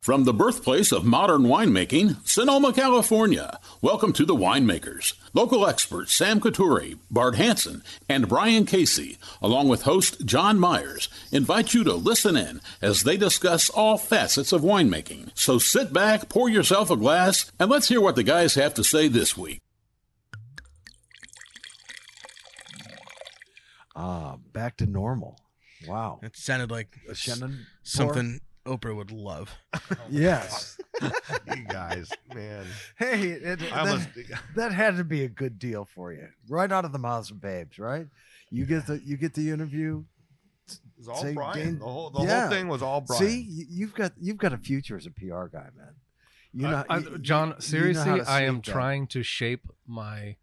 From the birthplace of modern winemaking, Sonoma, California, welcome to The Winemakers. Local experts Sam Couturi, Bart Hanson, and Brian Casey, along with host John Myers, invite you to listen in as they discuss all facets of winemaking. So sit back, pour yourself a glass, and let's hear what the guys have to say this week. Ah, back to normal. Wow. It sounded like A Shannon something Oprah would love. pour? Yes. you guys, man. Hey, it, I that, almost, that had to be a good deal for you, right out of the mouths of babes, right? You get the you get the interview. it was all Say, Brian. Dan- the whole, the yeah. whole thing was all Brian. See, you- you've got you've got a future as a PR guy, man. You know, I- I- you- you- you know John, how seriously, to I am sneak that. trying to shape my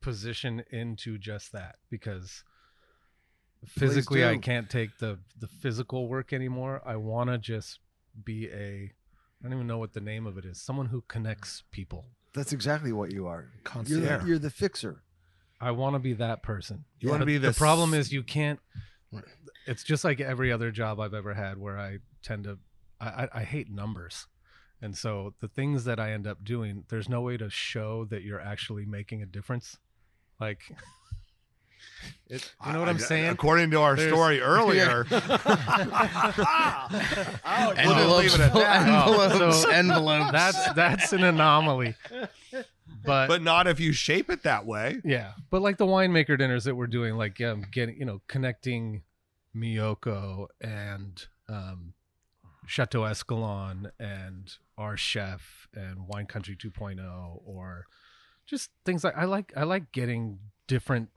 position into just that because physically I do. can't take the the physical work anymore. I want to just be a I don't even know what the name of it is. Someone who connects people. That's exactly what you are. You're, Concierge. the- you're the fixer. I want to be that person. You wanna But be the this- problem is you can't. It's just like every other job I've ever had, where I tend to, I, I, I hate numbers, and so the things that I end up doing, there's no way to show that you're actually making a difference. Like, it, you know what I- I, am I- saying? According to our There's- story earlier, Ouch. We'll just leave it at full that. envelopes, So- envelopes. That's that's an anomaly. But, but not if you shape it that way. yeah, but like the winemaker dinners that we're doing, like um, getting you know connecting Miyoko and um, Chateau Escalon and our chef and Wine Country 2.0 or just things like I like I like getting different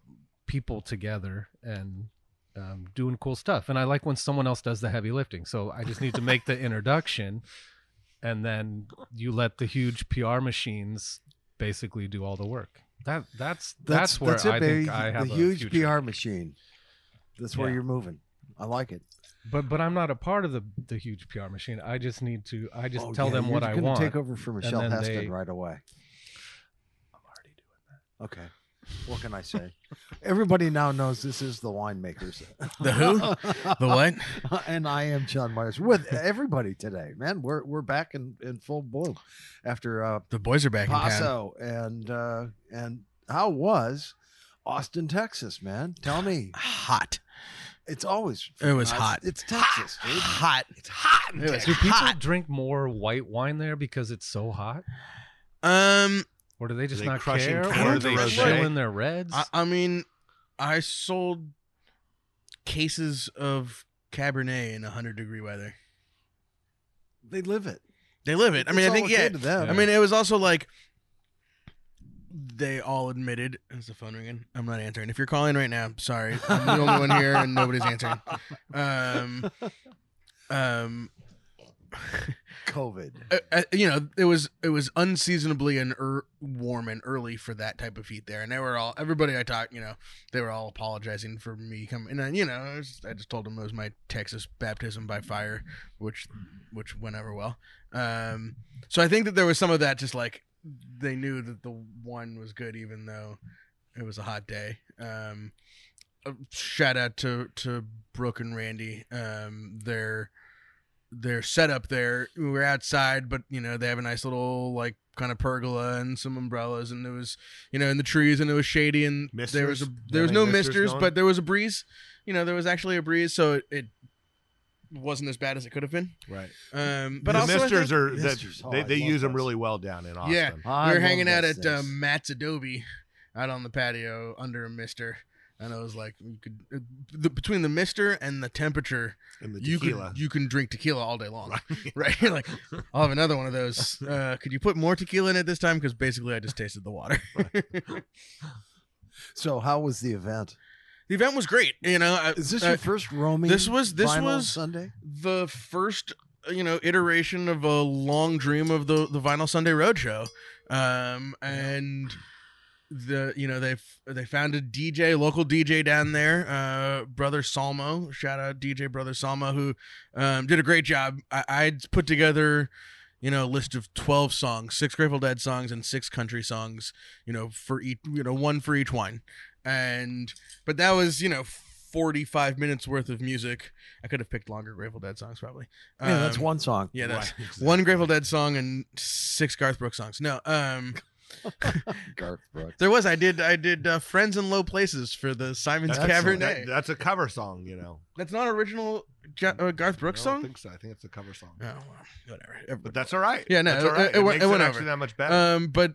people together and um, doing cool stuff and I like when someone else does the heavy lifting so I just need to make the introduction and then you let the huge PR machines basically do all the work that that's that's, where it, I baby. think I have the a huge future. PR machine. That's where Yeah. you're moving. I like it. But but I'm not a part of the the huge PR machine. I just need to. I just Oh, tell yeah, them you're what I gonna want. Take over for Michelle then Heston they- right away. I'm already doing Okay. What can I say? Everybody now knows this is the winemakers. The who? The what? and I am John Myers with everybody today. Man, we're we're back in, in full bloom after uh The boys are back in town. Paso and uh and how was Austin, Texas, man? Tell me. Hot. It's always It was uh, hot. It's Texas, dude. Hot. It's hot. that. Do people drink more white wine there because it's so hot, Um, or do they just they not crushing care? cans Or of they rosé? chilling their reds? I, I mean, I sold cases of Cabernet in 100 degree weather. They live it. They live it. I mean, It's I all think, okay yeah. to them. I mean, it was also like they all admitted. Is the phone ringing? I'm not answering. If you're calling right now, sorry, I'm the only one here and nobody's answering. Um, um, COVID. uh, uh, you know, it was it was unseasonably and er- warm and early for that type of heat there, and they were all everybody I talked, you know, they were all apologizing for me coming, and I, you know, I, was- I just told them it was my Texas baptism by fire, which which went over well. Um, so I think that there was some of that, just like they knew that the one was good, even though it was a hot day. Um, uh, shout out to to Brooke and Randy. Um, they're their setup there. We were outside, but you know they have a nice little like kind of pergola and some umbrellas, and it was you know in the trees, and it was shady, and there was a, Misters? there was Any no misters misters, going? but there was a breeze. You know there was actually a breeze, so it, it wasn't as bad as it could have been. Right. Um, but But the also I misters think are Misters, that- oh, I they, they love use them those. really well down in Austin. Yeah. I we were love hanging out those at uh, things. Matt's Adobe out on the patio under a mister. And I was like, you could, uh, the, between the mister and the temperature, And the you tequila. could you can drink tequila all day long, right? You're like, I'll have another one of those. Uh, could you put more tequila in it this time? Because basically, I just tasted the water. the So how was the event? event was great. You know, I, Is this uh, your first roaming? this was- this vinyl was- Sunday. the first uh, you know iteration of a long dream of the the vinyl sunday roadshow um and the you know they f- they found a dj local dj down there uh brother salmo shout out dj brother salmo who um did a great job i i'd put together you know a list of 12 songs six grateful dead songs and six country songs you know for each you know one for each wine and but that was you know 45 minutes worth of music. I could have picked longer Grateful Dead songs probably. Yeah, that's Um, one song. Yeah, that's Right, exactly. one Grateful Dead song and six Garth Brooks songs. No, um, Garth Brooks. there was I did I did uh, Friends in Low Places for the Simon's That's- Cabernet. that- that's a cover song, you know. that's not original Ga- uh, Garth Brooks I song. don't think so. I think it's a cover song. oh, well, whatever. But Everybody- that's all right. Yeah, no, that's all it- right. it went- makes it went actually over. that much better. um, but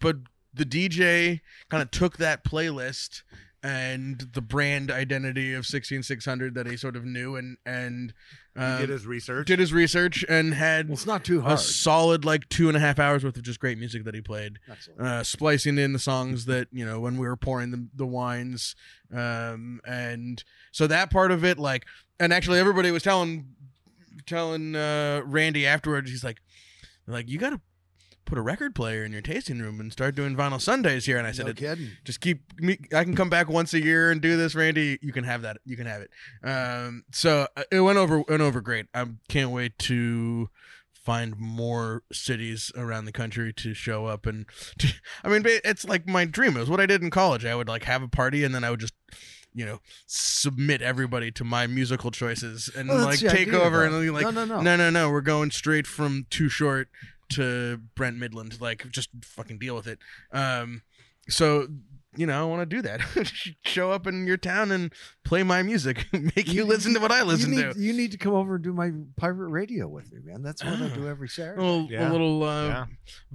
but the DJ kind of took that playlist and the brand identity of 16600 that he sort of knew and and he um, did his research. did his research and Well, had it's not too a hard. solid like two and a half hours worth of just great music that he played Excellent. uh, splicing in the songs that you know when we were pouring the, the wines um, and so that part of it like and actually everybody was telling telling uh, randy afterwards he's like like you gotta put a record player in your tasting room and start doing vinyl sundays here and i said no "It- kidding. just keep me i can come back once a year and do this randy you can have that you can have it um so uh, it went over went over great i can't wait to find more cities around the country to show up and to, i mean ba- it's like my dream it was what i did in college i would like have a party and then i would just you know submit everybody to my musical choices and Well, like that's the take idea, over though. and then like no, no, no. no, no, no. We're going straight from Too Short to Brent Midland. Like, just fucking deal with it. Um, so you know, I want to do that. Show up in your town and play my music. Make you listen to what I listen you to. need, You need to come over and do my pirate radio with me, man. That's what I do every A Saturday. little, a Yeah. little uh, Yeah.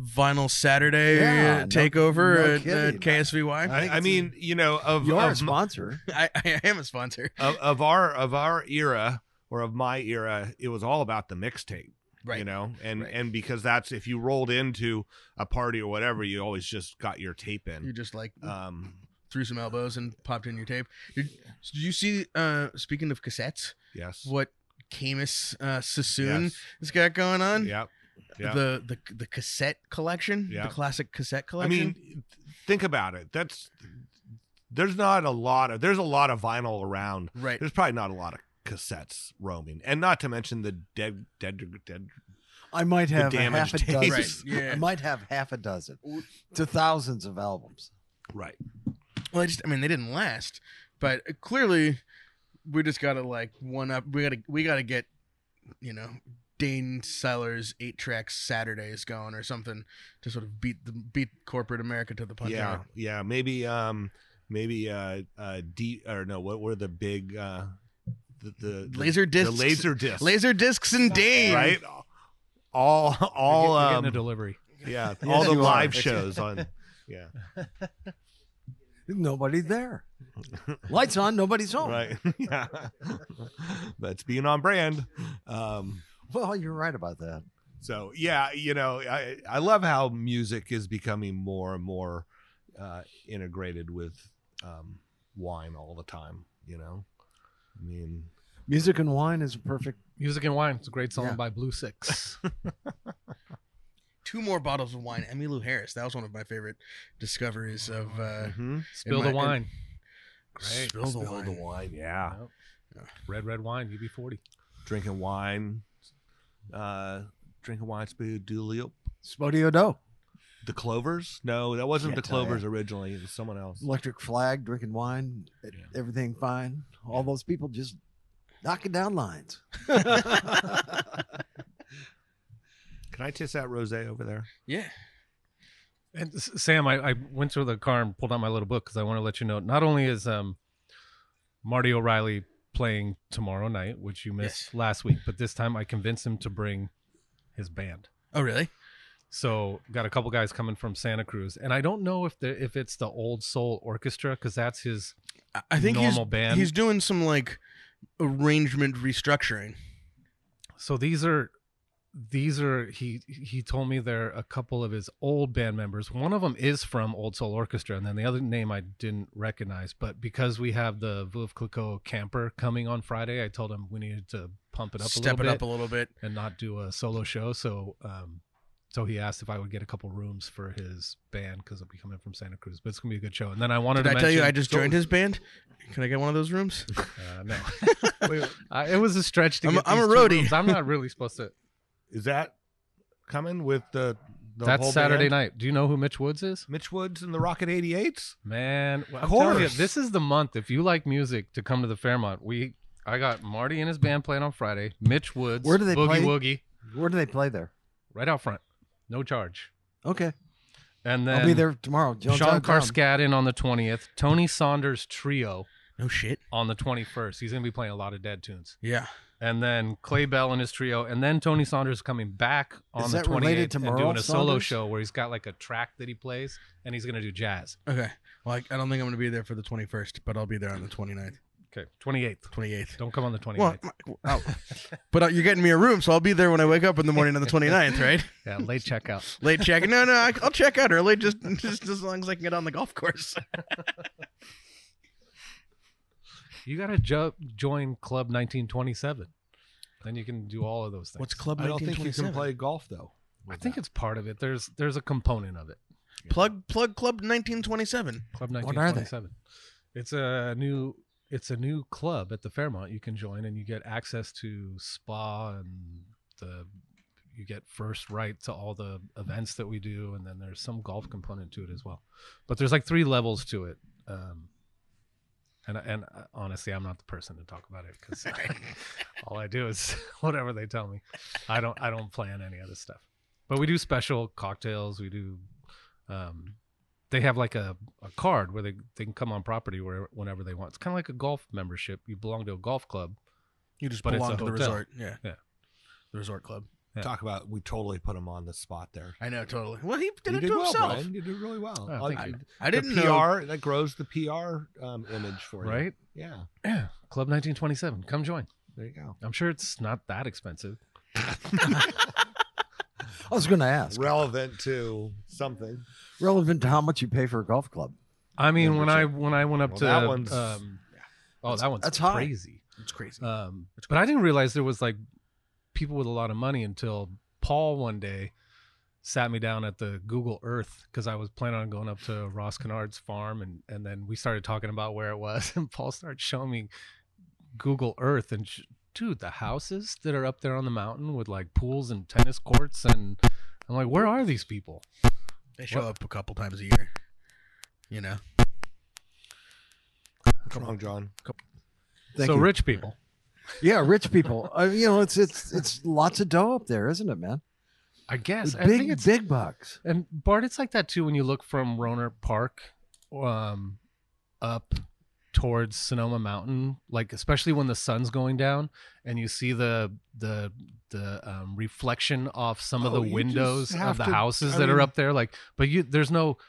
vinyl Saturday Yeah, uh, no- takeover no at, uh, kidding. at KSVY. I, I mean, you know, of You're a of, m- sponsor. I, I am a sponsor, of of our of our era or of my era, it was all about the mixtape. You know, and Right. and because that's if you rolled into a party or whatever, you always just got your tape you in. just like Um, threw some elbows and popped in your tape. Did, did you see? Uh, speaking of cassettes, yes. what Camus uh, Sassoon Yes. has got going on? Yep. Yeah. the the the cassette collection, Yeah. the classic cassette I collection. mean, think about it. That's there's not a lot of there's a lot of vinyl around. right? There's probably not a lot of cassettes roaming, and not to mention the dead dead dead. I might have a damaged half a taste. dozen. Right, yeah. I might have half a dozen to thousands of albums. Right. Well, I just I mean they didn't last, but clearly we just gotta like one up. We gotta we gotta get you know Dane Sellers eight tracks Saturdays going or something to sort of beat the beat corporate America to the punch. yeah. Yeah. Maybe um maybe uh uh D or no what were the big uh the the, the laser the discs, laser disc laser discs and Dane. right all all You're get- you're getting a um, delivery. yeah Yes, all the you are. live shows on yeah Nobody there. Lights on, nobody's Oh. home. right yeah that's being on brand um Well, you're right about that. So yeah, you know, I I love how music is becoming more and more uh, integrated with um, wine all the time. You know, I mean, Music and wine is a perfect. Music and Wine. It's a great song Yeah. by Blue Six. Two more bottles of wine. Emmylou Harris. That was one of my favorite discoveries of Oh, Uh-huh. uh, mm-hmm. Spill the my- in- wine. Spill the Wine. yeah, Red, red wine. UB40. drinking wine, uh, drinking wine. Spuduliop. Spodio Doe, The Clovers? No, that wasn't Can't the tell ya. Clovers originally. It was someone else. Electric Flag, drinking wine, e- Yeah. everything fine. All those people just knocking down lines. Can I taste that rosé over there? Yeah. And S- Sam, I, I went to the car and pulled out my little book because I want to let you know. Not only is um, Marty O'Reilly playing tomorrow night, which you missed Yes. last week, but this time I convinced him to bring his band. Oh really? So got a couple guys coming from Santa Cruz, and I don't know if the if it's the Old Soul Orchestra because that's his I- I think he's normal band. He's doing some like arrangement restructuring. so these are these are he he told me they're a couple of his old band members one of them is from old soul orchestra and then the other name i didn't recognize but because we have the veuve clicquot camper coming on friday i told him we needed to pump it up Step a it little up a bit little bit. and not do a solo show so um so he asked if i would get a couple rooms for his band because i'll be coming from santa cruz but it's gonna be a good show and then i wanted Did I to tell you I mention- Oh, just joined his band? Can I get one of those rooms? uh, no Uh, it was a stretch to I'm a- get I'm a these two roadie. rooms. i'm not really supposed to Is that coming with the The That's whole Saturday band. night. Do you know who Mitch Woods is? Mitch Woods and the Rocket 88s. Man, well, Of I'm telling you, course. this is the month if you like music to come to the Fairmont. We I got Marty and his band playing on Friday. Mitch Woods, Where do they Boogie play? Woogie, Where do they play there? right out front, no charge. Okay, And then I'll be there tomorrow. Sean Jonestown Town. Karskadin on the twentieth. Tony Saunders Trio No shit. on the twenty first. He's gonna be playing a lot of dead tunes. Yeah. And then Clay Bell and his trio, and then Tony Saunders coming back on Is the that related 28th to and doing Merle a solo Saunders? show where he's got like a track that he plays, and he's gonna do jazz. Okay. Well, I, I don't think I'm going to be there for the 21st, but I'll be there on the 29th, Okay, twenty eighth. 28th. Don't come on the 29th. Well, oh. but uh, you're getting me a room, so I'll be there when I wake up in the morning on the 29th, right? yeah, late checkout. Late check. No, no, I- I'll check out early, just, just as long as I can get on the golf course. You gotta jo- join Club 1927. Then you can do all of those things. What's Club I don't think you can 1927? play golf though. I think it's part of it. There's there's a component of it. Plug plug Club 1927. Club What are they? 1927. It's a new it's a new club at the Fairmont you can join and you get access to spa and the you get first right to all the events that we do and then there's some golf component to it as well. But there's like three levels to it. Um and and uh, honestly, I'm not the person to talk about it cuz all I do is whatever they tell me. I don't I don't plan any of this stuff. But we do special cocktails, we do um they have like a, a card where they, they can come on property where, whenever they want. It's kind of like a golf membership. You belong to a golf club. You just But it's belong a to the hotel. resort. Yeah. Yeah. The resort club. Yeah. Talk about we totally put him on the spot there. I know, totally. Well, he did you it to well, himself. Brian. You did really well. Oh, Uh, thank you. I didn't the PR know. that grows the PR um, image for you, Right? Yeah, Yeah. Club 1927. Come join. there you go. I'm sure it's not that expensive. I was going to ask. Relevant to something. relevant to how much you pay for a golf club. I mean, when I when I went up Well, to that one's- um, oh that one's that's high. crazy. It's crazy. Uh, Um, but I didn't realize there was like people with a lot of money until Paul one day sat me down at the Google Earth because I was planning on going up to Ross Kennard's farm, and and then we started talking about where it was, and Paul started showing me Google Earth, and sh- dude, the houses that are up there on the mountain with like pools and tennis courts, and I'm like, where are these people? They show up a couple times a year. You know? What's wrong, John? Thank so you. rich people. yeah, rich people. Uh, you know, it's it's it's lots of dough up there, isn't it, man? I guess I think big it's big bucks. And Bart, it's like that too when you look from Roner Park um, up towards Sonoma Mountain, like especially when the sun's going down and you see the the the um, reflection off some of Oh, the you just windows have of the to- houses I that are mean- up there. Like, but you there's no.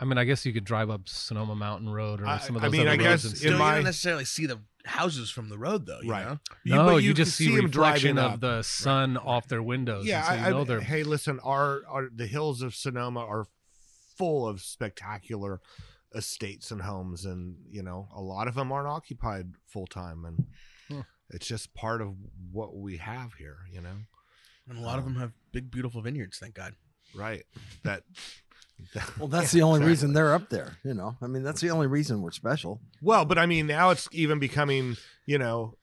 I mean, I guess you could drive up Sonoma Mountain Road or I- some of I those mean, other I roads guess and in stuff. Still, you my- don't necessarily see the houses from the road, though. You Right. Know? You- no, but you, you just can see see 'em reflection driving of up. the sun off their windows. Yeah, and so you I, know I, they're hey, listen, our, our the hills of Sonoma are full of spectacular estates and homes, and you know a lot of them aren't occupied full time, and Huh. it's just part of what we have here, you know. And a lot of them have big, beautiful vineyards, thank God. Right? That. that- Well, that's Yeah, the only exactly. reason they're up there. You know, I mean, that's the only reason we're special. Well, but I mean, now it's even becoming, you know,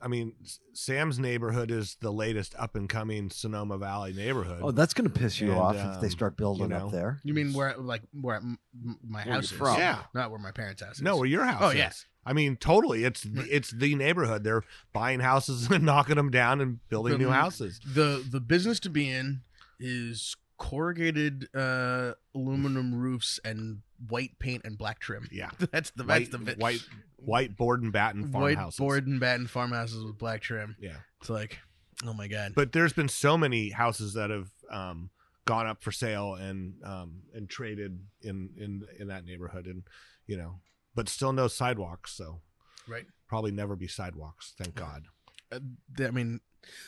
I mean, S- Sam's neighborhood is the latest up and coming Sonoma Valley neighborhood. Oh, that's going to piss you And, off if they um, start building you know, up there. You mean where, like, where m- m- my Where house you're is? from. Yeah. Not where my parents' house is. no, where your house Oh, is. yeah. I mean, totally. It's the, Right. it's the neighborhood. They're buying houses and knocking them down and building new Building- houses. the the business to be in is corrugated uh, aluminum roofs and white paint and black trim. Yeah, That's the white, that's the bit. white white board and batten white farmhouses. board and batten farmhouses with black trim. Yeah, It's like, oh my god. but there's been so many houses that have um, gone up for sale and um, and traded in in in that neighborhood, and you know, but still no sidewalks. So right. probably never be sidewalks. Thank God. Uh, th- I mean,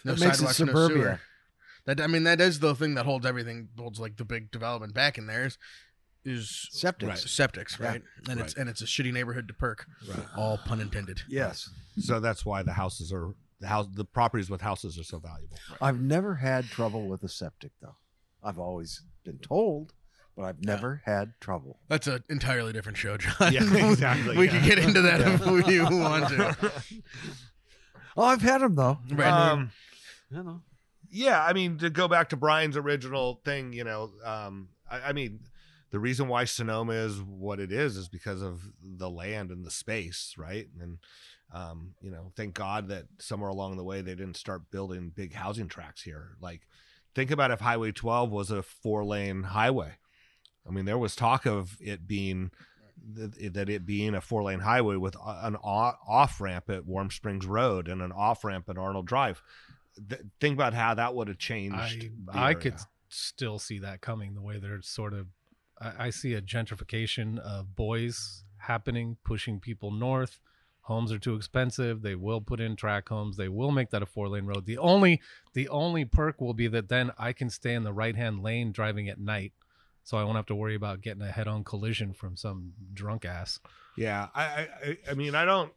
no That makes it sidewalks, no suburbia. sewer. That I mean, that is the thing that holds everything holds like the big development back in there is is Septic. Right. septics, Yeah. right? And it's and it's a shitty neighborhood to perk. Right. All pun intended. Yes, So that's why the houses are the house the properties with houses are so valuable. I've never had trouble with a septic though. I've always been told, but I've never had trouble. That's an entirely different show, John. Yeah, exactly, we yeah. could get into that if we want to. Oh, I've had them though. Right. Um, You know, yeah, I mean, to go back to Brian's original thing, you know, um, I, I mean, the reason why Sonoma is what it is is because of the land and the space, right? And um, you know, thank God that somewhere along the way they didn't start building big housing tracks here. Like, think about if Highway 12 was a four-lane highway. I mean, there was talk of it being th- that it being a four-lane highway with a- an o- off ramp at Warm Springs Road and an off ramp at Arnold Drive. Th- think about how that would have changed. I, the I area. could still see that coming the way they're sort of. I, I see a gentrification of boys happening, pushing people north. Homes are too expensive. They will put in track homes. They will make that a four lane road. The only the only perk will be that then I can stay in the right hand lane driving at night, so I won't have to worry about getting a head on collision from some drunk ass. Yeah, I, I, I- I mean, I don't,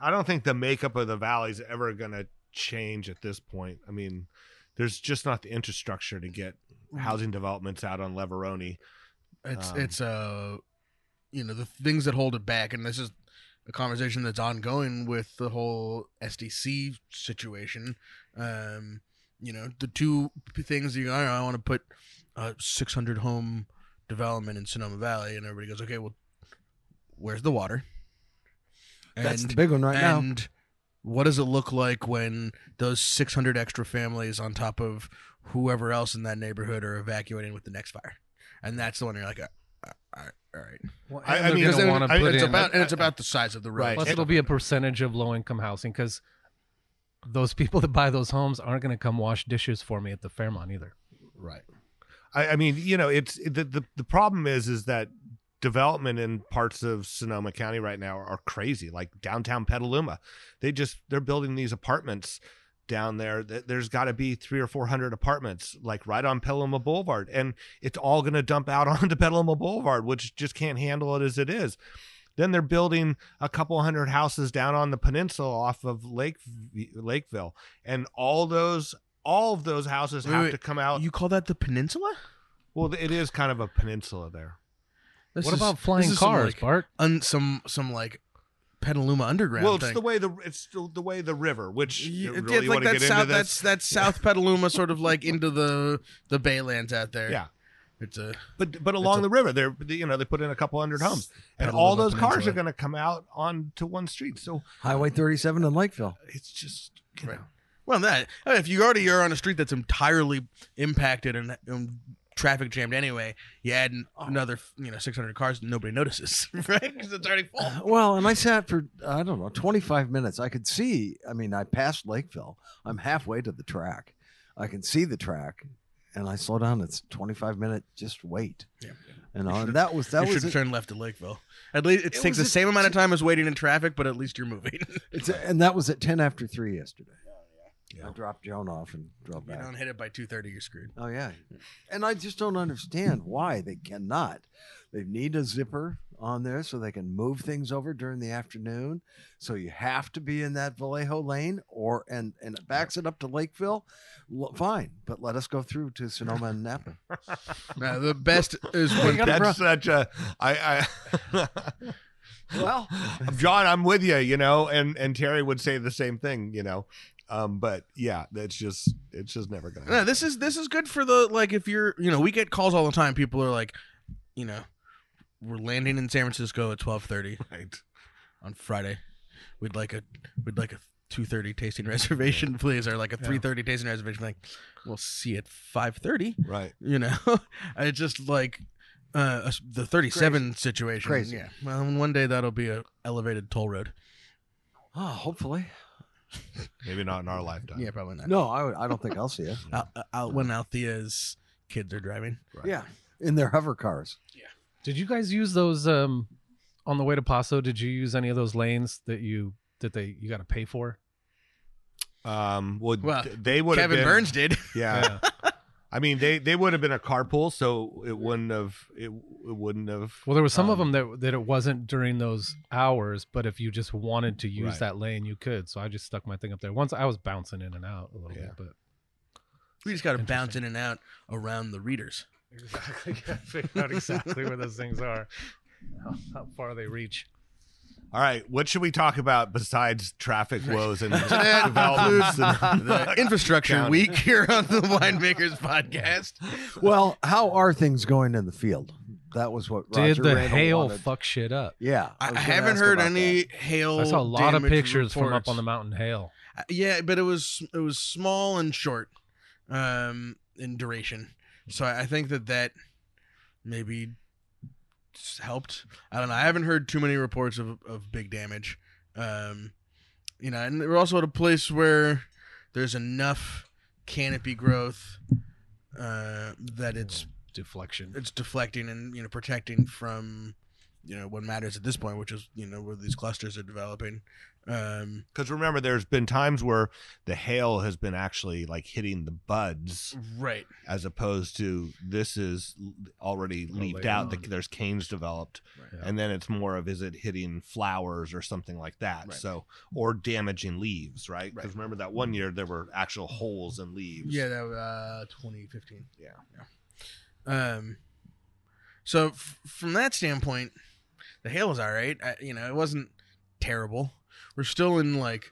I don't think the makeup of the valley's ever gonna change at this point. I mean, there's just not the infrastructure to get housing developments out on Leveroni. It's Um, it's uh you know the things that hold it back, and this is a conversation that's ongoing with the whole SDC situation. Um, you know the two p- things you I, I want to put uh, 600 home development in Sonoma Valley, and everybody goes, okay, well, where's the water? That's the big one right now. and what does it look like when those 600 extra families on top of whoever else in that neighborhood are evacuating with the next fire? And that's the one you're like, uh, uh, all right, all right. Well, I- I mean, they're because gonna want I- to put it's in. about and it's about the size of the road. Right. Plus, And- it'll be a percentage of low income housing because those people that buy those homes aren't going to come wash dishes for me at the Fairmont either. Right. I, I mean, you know, it's the, the the problem is is that development in parts of Sonoma County right now are crazy. Like downtown Petaluma, they just they're building these apartments down there. Th- There's got to be three or four hundred apartments, like right on Petaluma Boulevard, and it's all going to dump out onto Petaluma Boulevard, which just can't handle it as it is. Then they're building a couple hundred houses down on the peninsula off of Lake Lakeville, and all those all of those houses Wait, have wait. to come out. You call that the peninsula? Well, it is kind of a peninsula there. This what is- about flying this is some, cars, like, Bart? un, some some like Petaluma underground. well, it's thing. the way the it's the, the way the river, which Yeah, you it's really like want to that get south. into That's this. that's South Petaluma, sort of like into the the Baylands out there. Yeah. it's a But but along a- the river, they're you know they put in a couple hundred homes, and Petaluma all those cars Peninsula. are going to come out onto one street. So Highway 37 in Lakeville. it's just you Right. know. Well, that I mean, if you already are on a street that's entirely impacted and, and traffic jammed anyway, you add an- Oh. another you know 600 cars, nobody notices, right? Because it's already full. Well, and I sat for I don't know 25 minutes. I could see. I mean, I passed Lakeville. I'm halfway to the track. I can see the track, and I slow down. It's 25 minute just wait. Yeah. You know, You should've- and that was That that you was should it. turn left at Lakeville. At least it, It takes the was a- same amount of time as waiting in traffic, but at least you're moving. It's, and that was at 10 after three yesterday. Yeah. I dropped Joan off and drove If you back. don't hit it by 2:30, you're screwed. Oh yeah, and I just don't understand why they cannot. They need a zipper on there so they can move things over during the afternoon. So you have to be in that Vallejo lane, or and and it backs it up to Lakeville. L- fine, but let us go through to Sonoma and Napa. Now, the best is Well, you when gotta that's such a I. I Well, John, I'm with you. You know, and and Terry would say the same thing. You know, um, but yeah, that's just it's just never going to. No, this is this is good for the like if you're you know we get calls all the time. People are like, you know, we're landing in San Francisco at twelve thirty Right. on Friday. We'd like a we'd like a two thirty tasting reservation, please, or like a Yeah. three thirty tasting reservation. Like, we'll see at five thirty. Right. You know, it's just like uh the thirty seven situation. Crazy. Yeah. Well, one day that'll be a elevated toll road. oh, hopefully. Maybe not in our lifetime. Yeah, probably uh, not. No, I, would- I don't think I'll see it. Out, out when Althea's kids are driving. Right. Yeah, in their hover cars. Did you guys use those um, on the way to Paso? Did you use any of those lanes that you that they you got to pay for? Um. Would Well, they would have Kevin been- Burns did. Yeah. I mean, they they would have been a carpool, so it wouldn't have it, it wouldn't have. Well, there was some of Um, them that that it wasn't during those hours, but if you just wanted to use Right. that lane, you could. So I just stuck my thing up there. Once I was bouncing in and out a little Yeah. bit, but We just got to Interesting. bounce in and out around the readers. Exactly. Gotta figure out exactly where those things are, how, how far they reach. All right, what should we talk about besides traffic woes and That developments? includes the infrastructure County. week here on the Winemakers podcast. Well, how are things going in the field? That was what Did Roger the Randall hail wanted. fuck shit up? Yeah, I, was I gonna haven't ask heard about any that. hail. I saw a lot of Oh, damage pictures from up reports. on the mountain hail. Uh, Yeah, but it was it was small and short, um, in duration. So I I think that that maybe s- helped. I don't know. I haven't heard too many reports of of big damage. Um, you know, and we're also at a place where there's enough canopy growth uh, that it's deflection. it's deflecting and you know protecting from you know what matters at this point, which is you know where these clusters are developing. Um, Because remember, there's been times where the hail has been actually like hitting the buds, right. as opposed to this is l- already Oh, leaped later out. The, on. there's canes developed, Yeah. and then it's more of is it hitting flowers or something like that. Right. So or damaging leaves, right? Because Right. Mm-hmm. remember that one year there were actual holes in leaves. Yeah, that was uh, 2015. Yeah. Yeah. Um, so f- from that standpoint, the hail was all right. I, you know, it wasn't terrible. We're still in like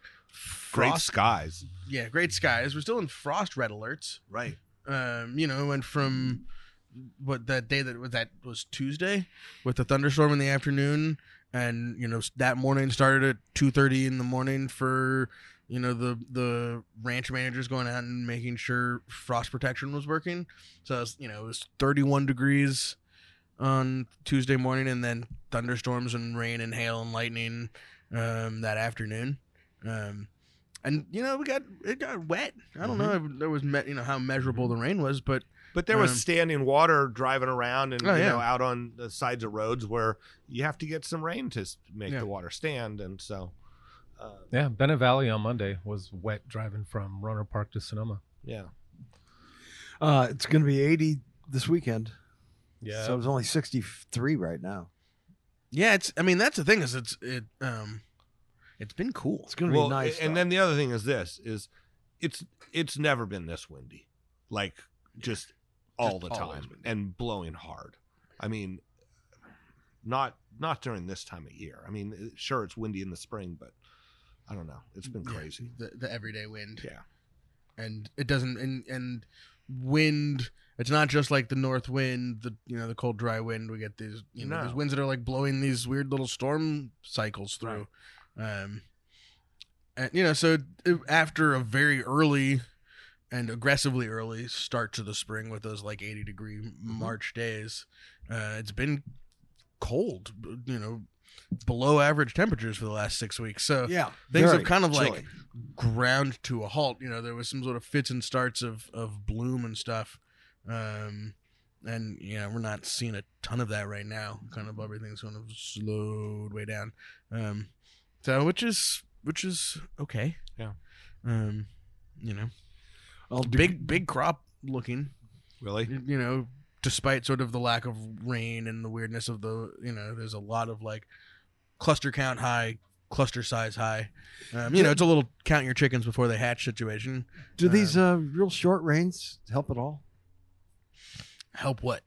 Great frost. skies, yeah, great skies. We're still in frost red alerts. right? Um, you know, and from what that day that was that was Tuesday with the thunderstorm in the afternoon, and you know s- that morning started at two thirty in the morning for you know the the ranch managers going out and making sure frost protection was working. So it was, you know it was thirty one degrees on Tuesday morning, and then thunderstorms and rain and hail and lightning um, that afternoon. Um, and you know we got it got wet. I Mm-hmm. don't know if there was me- you know how measurable the rain was, but But there Um, was standing water driving around and Oh, you yeah. know out on the sides of roads where you have to get some rain to s- make Yeah. the water stand, and so uh, Yeah, Bennett Valley on Monday was wet driving from Runner Park to Sonoma. yeah, Uh, it's going to be eighty this weekend. Yeah. so it's only sixty-three right now. yeah, it's I mean that's the thing is it's it um it's been cool. It's going to well, be nice. And though. then the other thing is this: is it's it's never been this windy, like just all the always time been. and blowing hard. I mean, not not during this time of year. I mean, it- sure it's windy in the spring, but I don't know. It's been Yeah, crazy. The, the everyday wind. Yeah. And it doesn't and and wind it's not just like the north wind, the you know, the cold dry wind. We get these you know, No. these winds that are like blowing these weird little storm cycles through. Um and you know, so it- after a very early and aggressively early start to the spring with those like 80 degree March days, uh, it's been cold, you know, below average temperatures for the last six weeks. So yeah, things very have kind of chilly. like ground to a halt. You know, there was some sort of fits and starts of of bloom and stuff, um, and you know we're not seeing a ton of that right now. Kind of everything's kind of slowed way down, um, so which is which is okay. Yeah. um, you know, I'll do- big big crop looking. Really? You know, despite sort of the lack of rain and the weirdness of the you know, there's a lot of like cluster count high. Cluster size high, um, you know. It's a little count your chickens before they hatch situation. Do these uh, real short rains help at all? help what?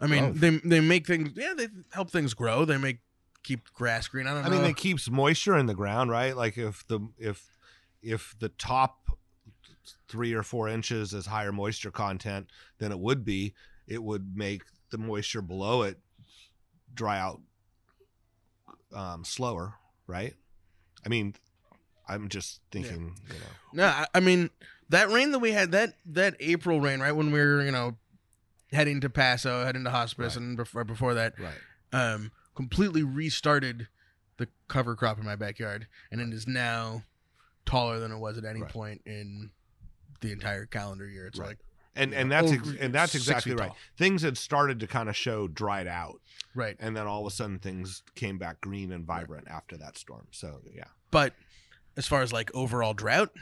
I mean, Growth. they they make things. Yeah, they help things grow. They make keep grass green. I don't I know. mean, it keeps moisture in the ground, right? Like if the if if the top three or four inches is higher moisture content than it would be, it would make the moisture below it dry out um, slower, right? I mean, I'm just thinking, you know, no, I, I mean that rain that we had that that April rain, right when we were you know heading to Paso, heading to hospice, Right. and before before that, right? um, completely restarted the cover crop in my backyard, and it is now taller than it was at any Right. point in the entire calendar year. It's Right. like And and that's ex- Over- and that's six exactly feet right. tall. Things had started to kind of show dried out, right. and then all of a sudden things came back green and vibrant after that storm. So yeah, But as far as like overall drought,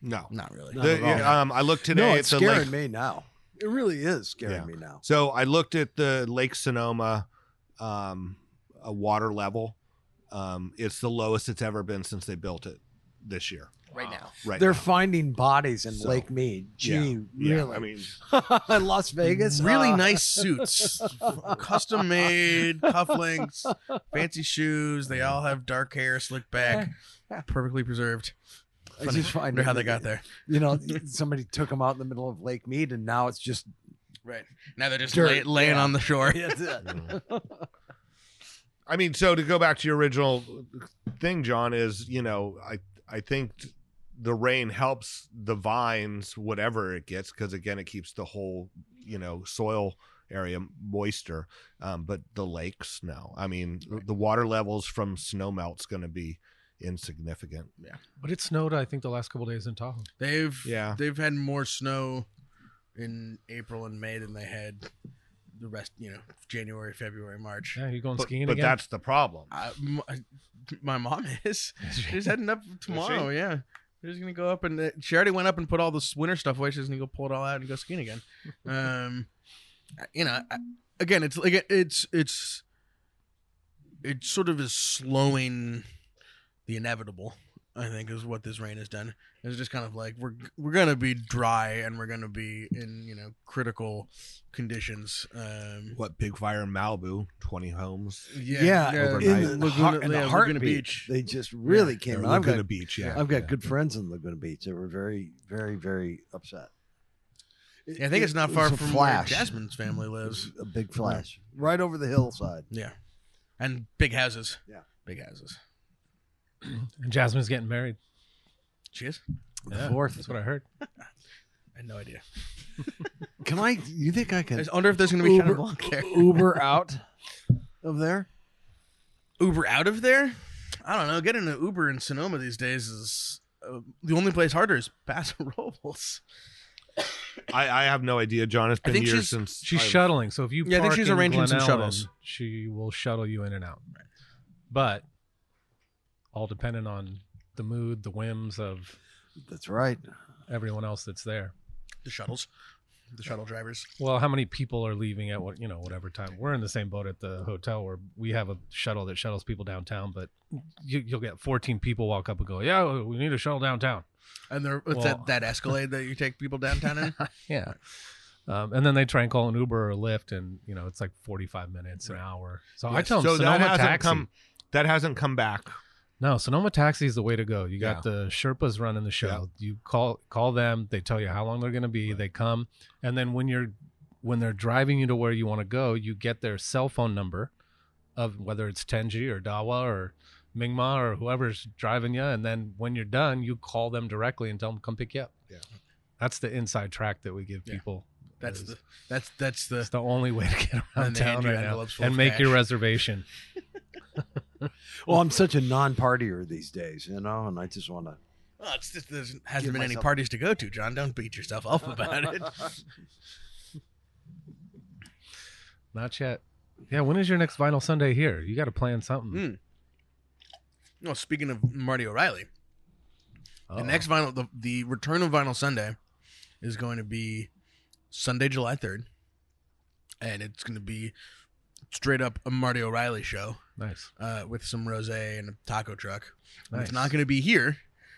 no, not really. Not The- at all. yeah, um, I looked today no, at it's the scaring lake. me now. It really is scaring Yeah. me now. So I looked at the Lake Sonoma um, uh, water level. Um, it's the lowest it's ever been since they built it this year. right now. right They're now. finding bodies in So- Lake Mead. Yeah. Gee, Yeah, really? I mean, in Las Vegas, Really Uh, nice suits, custom made cufflinks, fancy shoes. They all have dark hair, slick back, perfectly preserved. I Funny. just find Wonder it- how they got there. You know, somebody took them out in the middle of Lake Mead, and now it's just Right now they're just Dirt, lay, laying yeah. on the shore. uh, I mean, so to go back to your original thing, John, is you know, I I think t- the rain helps the vines, whatever it gets, because again, it keeps the whole you know soil area moister. Um, but the lakes, no, I mean, the water levels from snow melt's going to be insignificant. But it snowed, I think, the last couple days in Tahoe. They've Yeah. they've had more snow in April and May than they had the rest. You know, January, February, March. Yeah, you going But, skiing but again? that's the problem. I m I my mom is. She's heading up tomorrow. Yeah, she's gonna go up and uh, she already went up and put all this winter stuff away. She's gonna go pull it all out and go skiing again. Um, I- you know, I, again, it's like it's it's it sort of is slowing the inevitable. I think is what this rain has done. It's just kind of like we're we're gonna be dry and we're gonna be in you know critical conditions. Um, What big fire in Malibu? Twenty homes. yeah, Yeah, overnight. in the, Laguna, yeah, Laguna heartbeat, Beach. they just really Or came. out. I've Laguna got, Beach. Yeah, I've Yeah. got good friends in Laguna Beach. They were very, very, very upset. I think it's not It far was a from flash. Mm-hmm. where Jasmine's family lives. Mm-hmm. a big flash right over the hillside. Yeah. And big houses. Yeah. Big houses. and Jasmine's getting married. She is? The Yeah, fourth. That's what I heard. I had no idea. Can I? You think I I can just wonder if there's going to be Shadow Uber, Blanc there. Uber out of there? Uber out of there? I don't know. Getting an Uber in Sonoma these days is uh, the only place harder is Paso Robles. I, I have no idea, John. It's I been think years she's- since She's I've- shuttling. So if you Yeah, I think park she's in arranging some Glen Ellen, shuttles. She will shuttle you in and out. But all dependent on the mood, the whims of That's right. everyone else that's there. The shuttles, the shuttle drivers. Well, how many people are leaving at what you know whatever time? We're in the same boat at the hotel where we have a shuttle that shuttles people downtown, but you, you'll get 14 people walk up and go, "Yeah, we need a shuttle downtown." And they're, it's Well- that, that Escalade that you take people downtown in. Yeah. Um, and then they try and call an Uber or a Lyft, and you know it's like 45 minutes, an hour. So Oh, I Yes. tell them So Sonoma that hasn't Taxi. come. That hasn't come back. No, Sonoma Taxi is the way to go. You got the Sherpas running the show. You call call them. They tell you how long they're going to be. They come, and then when you're when they're driving you to where you want to go, you get their cell phone number of whether it's Tenji or Dawa or Mingma or whoever's driving you. And then when you're done, you call them directly and tell them come pick you up. Yeah. that's the inside track that we give Yeah. people. That's the, It's- that's, that's the, it's the only way to get around And they hand town you right now envelopes full and of make your cash. reservation. Well, I'm such a non-partier these days, you know, and I just want to. well, oh, it's just, there hasn't Give been any myself- parties to go to, John. Don't beat yourself up about it. Not yet. Yeah, when is your next Vinyl Sunday here? You got to plan something. Mm. well, speaking of Marty O'Reilly, Uh-oh. The next vinyl, the, the return of Vinyl Sunday, is going to be Sunday, July third, and it's going to be straight up a Marty O'Reilly show nice. uh, with some rosé and a taco truck. And It's Nice. not going to be here.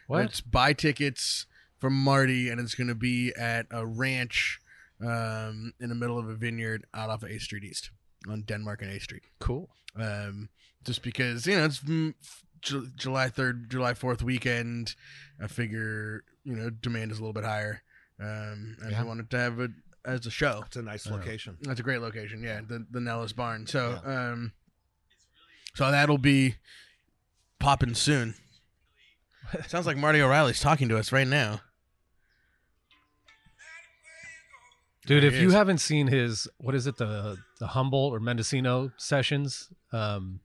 What? It's buy tickets from Marty, and it's going to be at a ranch um, in the middle of a vineyard out off of A Street East on Denmark and A Street cool. um, just because you know it's mm, Ju- July third, July fourth weekend. I figure you know demand is a little bit higher, um, and Yeah. we wanted to have it as a show. It's a nice Yeah. location. That's a great location, yeah. The the Nellis Barn. So um, so that'll be popping soon. Sounds like Marty O'Reilly's talking to us right now. Dude, There if he you is. haven't seen his, what is it, the the Humboldt or Mendocino sessions, um,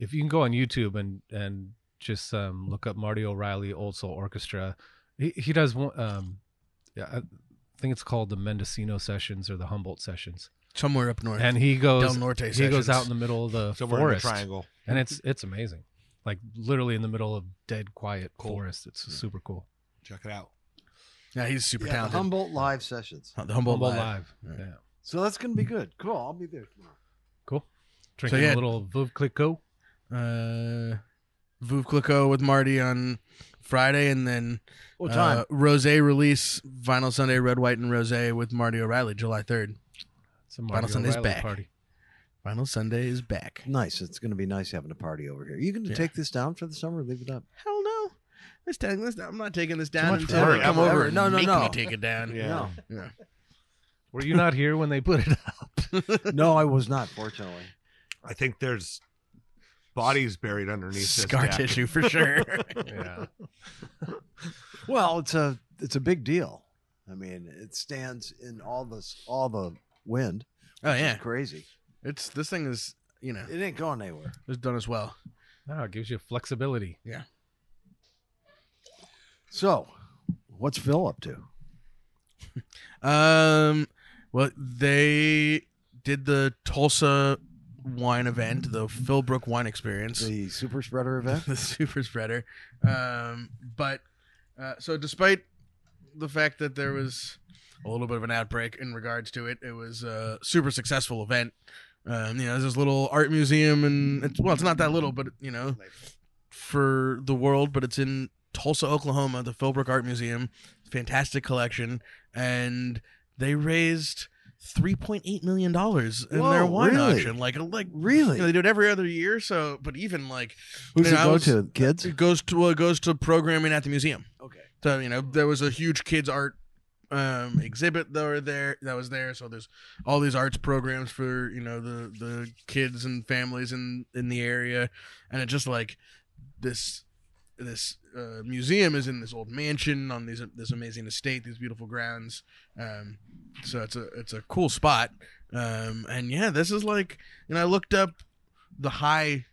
if you can go on YouTube and and just um, look up Marty O'Reilly Old Soul Orchestra, he, he does one. Um, yeah, I think it's called the Mendocino sessions or the Humboldt sessions, Somewhere up north. and he goes Del Norte he sessions. goes out in the middle of the So we're in the forest, triangle. and it's it's amazing, like literally in the middle of dead quiet forest. Hmm. It's super cool. Check it out. yeah, he's super Yeah, the talented. Humboldt Live sessions. the Humboldt, Humboldt Live. Live. Right. Yeah. So that's going to be good. Cool. I'll be there tomorrow. Cool. Drinking yeah. a little Veuve Clicquot. uh Veuve Clicquot with Marty on Friday, and then What time? uh, Rose release Vinyl Sunday, Red, White, and Rose with Marty O'Reilly, July third. It's a Marty Sunday's O'Reilly back. party. Vinyl Sunday is back. nice. It's going to be nice having a party over here. You going to Yeah. take this down for the summer? or Leave it up. Hell no. This thing, this, I'm not taking this down much until work. you come Ever. over. and No, no, make no. Me take it down. Yeah. Were you not here when they put it up? No, no, I was not. Fortunately, I think there's bodies buried underneath Scar this jacket. tissue for sure. yeah. well, it's a it's a big deal. I mean, it stands in all this all the wind. oh which is yeah. crazy. It's this thing is you know It ain't going anywhere. it's done as well. No, it gives you flexibility. So, what's Phil up to? Um, well, they did the Tulsa wine event, the Philbrook Wine Experience, the, The super spreader event. super spreader. Um, but uh, so despite the fact that there was a little bit of an outbreak in regards to it, it was a super successful event. Um, you know, there's this little art museum, and it's, well, it's not that little, but you know, for the world, but it's in Tulsa, Oklahoma, the Philbrook Art Museum. Fantastic collection. And they raised $3.8 million in Whoa, their wine really? auction. Like, like Really? you know, they do it every other year. So, but even like, Who does you know, it I go was- to? Kids? it goes to, well, it goes to programming at the museum. Okay. So you know, there was a huge kids art um exhibit that were there that was there. So there's all these arts programs for you know the the kids and families in in the area, and it just like this this uh, museum is in this old mansion on these this amazing estate, these beautiful grounds. Um, so it's a it's a cool spot. Um, and yeah, this is like you know I looked up the High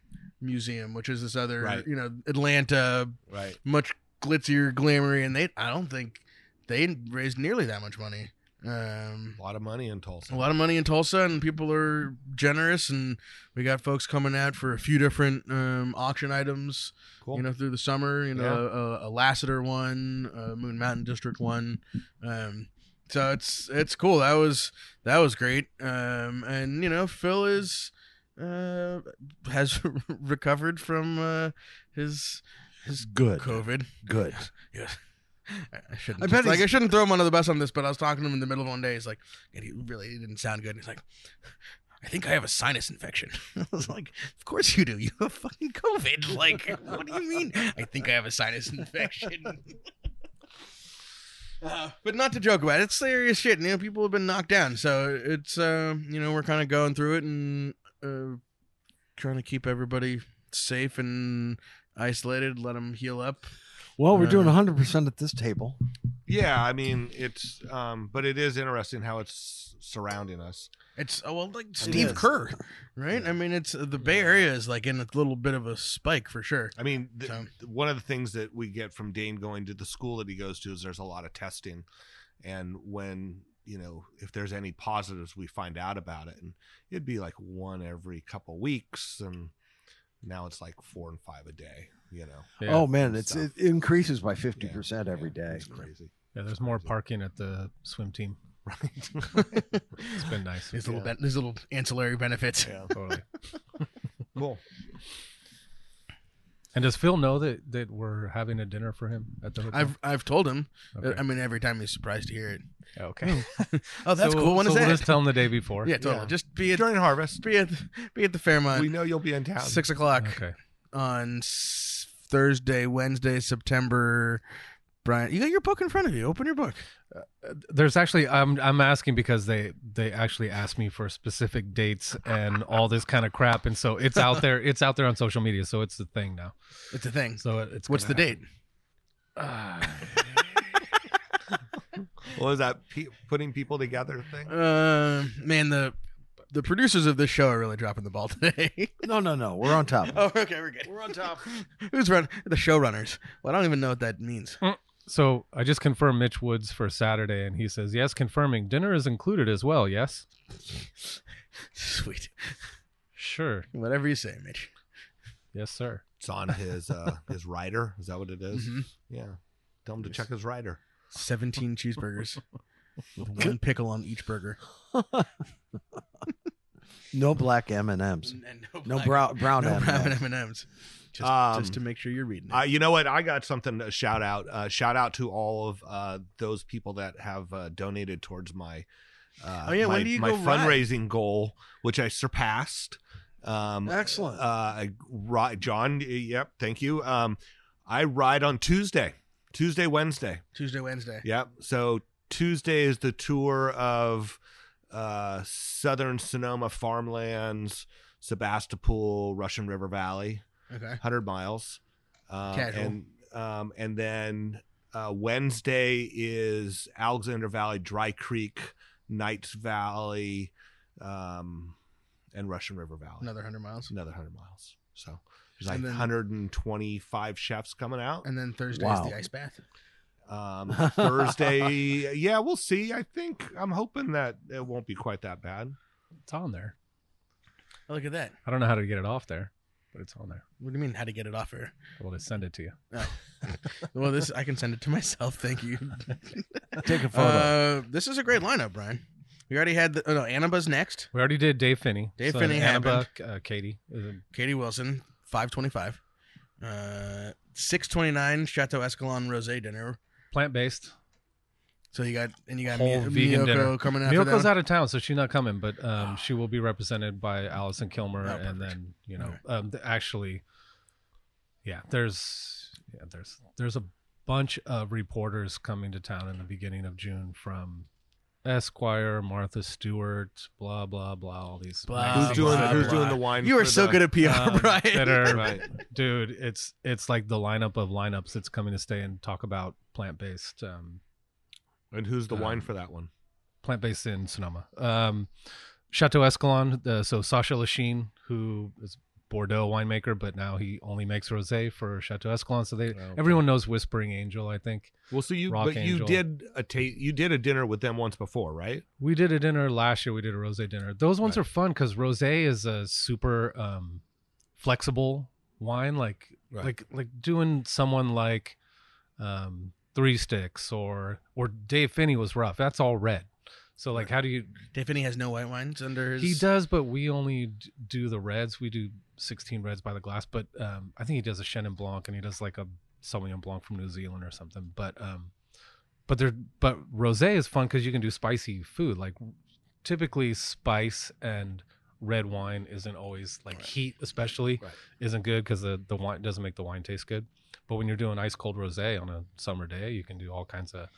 Museum, which is this other Right. you know Atlanta Right. much glitzier, glamory, and they I don't think they raised nearly that much money. Um, A lot of money in Tulsa. a lot of money in Tulsa, and people are generous, and we got folks coming out for a few different um, auction items. Cool. You know, through the summer, you know, a, a Lassiter one, a Moon Mountain District one. Um, so it's it's cool. That was that was great. Um, and you know, Phil is uh, has recovered from uh, his his Good. COVID. Good. Yes. I- I shouldn't. I I bet like he's- I shouldn't throw him under the bus on this, but I was talking to him in the middle of one day. He's like, and he really didn't sound good. And he's like, I think I have a sinus infection. I was like, of course you do. You have fucking COVID. Like, what do you mean? I think I have a sinus infection. Uh-huh. Uh, but not to joke about it, it's serious shit. and, You know, people have been knocked down, so it's uh, you know we're kind of going through it and uh, trying to keep everybody safe and isolated. Let them heal up. Well, we're doing Uh, 100% at this table. Yeah, I mean it's um but it is interesting how it's surrounding us. It's oh, well, like is. Steve Kerr, right? I mean, it's the Bay Area is like in a little bit of a spike for sure. I mean, th- So- one of the things that we get from Dane going to the school that he goes to is there's a lot of testing, and when you know if there's any positives, we find out about it, and it'd be like one every couple weeks, and now it's like four and five a day. You know, Yeah. oh, man. It's stuff. It increases by 50% every Yeah, day. it's crazy, Yeah, there's more parking at the swim team. right? It's been nice. There's little ben- there's little ancillary benefits. yeah, totally. cool. And does Phil know that that we're having a dinner for him at the hotel? I've I've told him. okay. I mean, every time he's surprised to hear it. okay. Oh, that's Hmm. so, cool. When so is we'll that? just tell him the day before. yeah, totally. Yeah. Just be at During harvest, be at be at the we Fairmont know you'll be in town. Uh, six o'clock Okay. on s- Thursday, Wednesday, September. Brian, you got your book in front of you. Open your book. Uh, There's actually I'm I'm asking because they they actually asked me for specific dates and all this kind of crap, and so it's out there. It's out there on social media, so it's the thing now. It's a thing. So it- it's What's the date? What was that pe- putting people together thing? Uh, man, the the producers of this show are really dropping the ball today. No, no, no. We're on top. Oh, okay, we're good. We're on top. Who's run the showrunners? Well, I don't even know what that means. So I just confirmed Mitch Woods for Saturday, and he says yes, confirming dinner is included as well. Yes, Sweet. sure, Whatever you say, Mitch. yes, sir. It's on his uh, his rider. Is that what it is? Mhm. Yeah, tell him to check his rider. Seventeen cheeseburgers with one pickle on each burger. No black M&Ms. And No brown brown no M&Ms. brown M and M's. Just, Um, just to make sure you're reading it. Uh, you know what? I got something to shout out. Uh, shout out to all of uh, those people that have uh, donated towards my uh, Oh, yeah, my, when do you my go ride? fundraising goal, which I surpassed. Um, Excellent. uh, right, John. y- Yep, thank you. Um, I ride on Tuesday, Tuesday, Wednesday. Tuesday, Wednesday. Yep. So Tuesday is the tour of uh, Southern Sonoma farmlands, Sebastopol, Russian River Valley Okay. hundred miles. Um, Casual. And um, and then uh, Wednesday is Alexander Valley, Dry Creek, Knights Valley, um, and Russian River Valley. Another hundred miles. another hundred miles. So there's like And then- 125 chefs coming out. And then Thursday is Wow. the ice bath. Um, Thursday, yeah, we'll see. I think I'm hoping that it won't be quite that bad. It's on there. Oh, look at that. I don't know how to get it off there, but it's on there. What do you mean? How to get it off her? I will just send it to you. Well, this I can send it to myself. Thank you. Take a photo. Uh, this is a great lineup, Brian. We already had the oh, no Annabas next. We already did Dave Finney. Dave then Finney Annabelle, uh, Katie. is Katie Wilson, five twenty-five. Uh, six twenty-nine Chateau Escalon Rosé dinner. Plant based. So you got and you got Whole Mi- vegan Miyoko dinner. coming after Miyoko's that. out of town, so she's not coming, but um, she will be represented by Allison Kilmer, Oh, perfect. and then you know, All right. um, th- actually, yeah, there's yeah, there's there's a bunch of reporters coming to town in the beginning of June from Esquire, Martha Stewart, blah blah blah, all these Blah, magazines who's doing blah, Who's blah. doing the wine? You are for so the- good at PR, um, Brian. that are- Right. dude it's it's like the lineup of lineups that's coming to stay and talk about plant-based um And who's the wine Um, for that one? plant-based in sonoma um chateau escalon uh, so sasha lachine who is bordeaux winemaker but now he only makes rosé for chateau escalon so they Oh, everyone knows whispering angel i think Well, so you Rock but you Angel. did a ta- you did a dinner with them once before, right? we did a dinner last year we did a rosé dinner those ones Right. are fun because rosé is a super um flexible wine like Right. like like doing someone like um three sticks or or dave finney was rough that's all red so like how do you Tiffany has no white wines under his. he does but we only d- do the reds we do 16 reds by the glass but um i think he does a chenin blanc and he does like a sauvignon blanc from new zealand or something but um but there but rosé is fun because you can do spicy food like typically spice and red wine isn't always like heat especially Right. isn't good because the, the wine doesn't make the wine taste good but when you're doing ice cold rosé on a summer day you can do all kinds of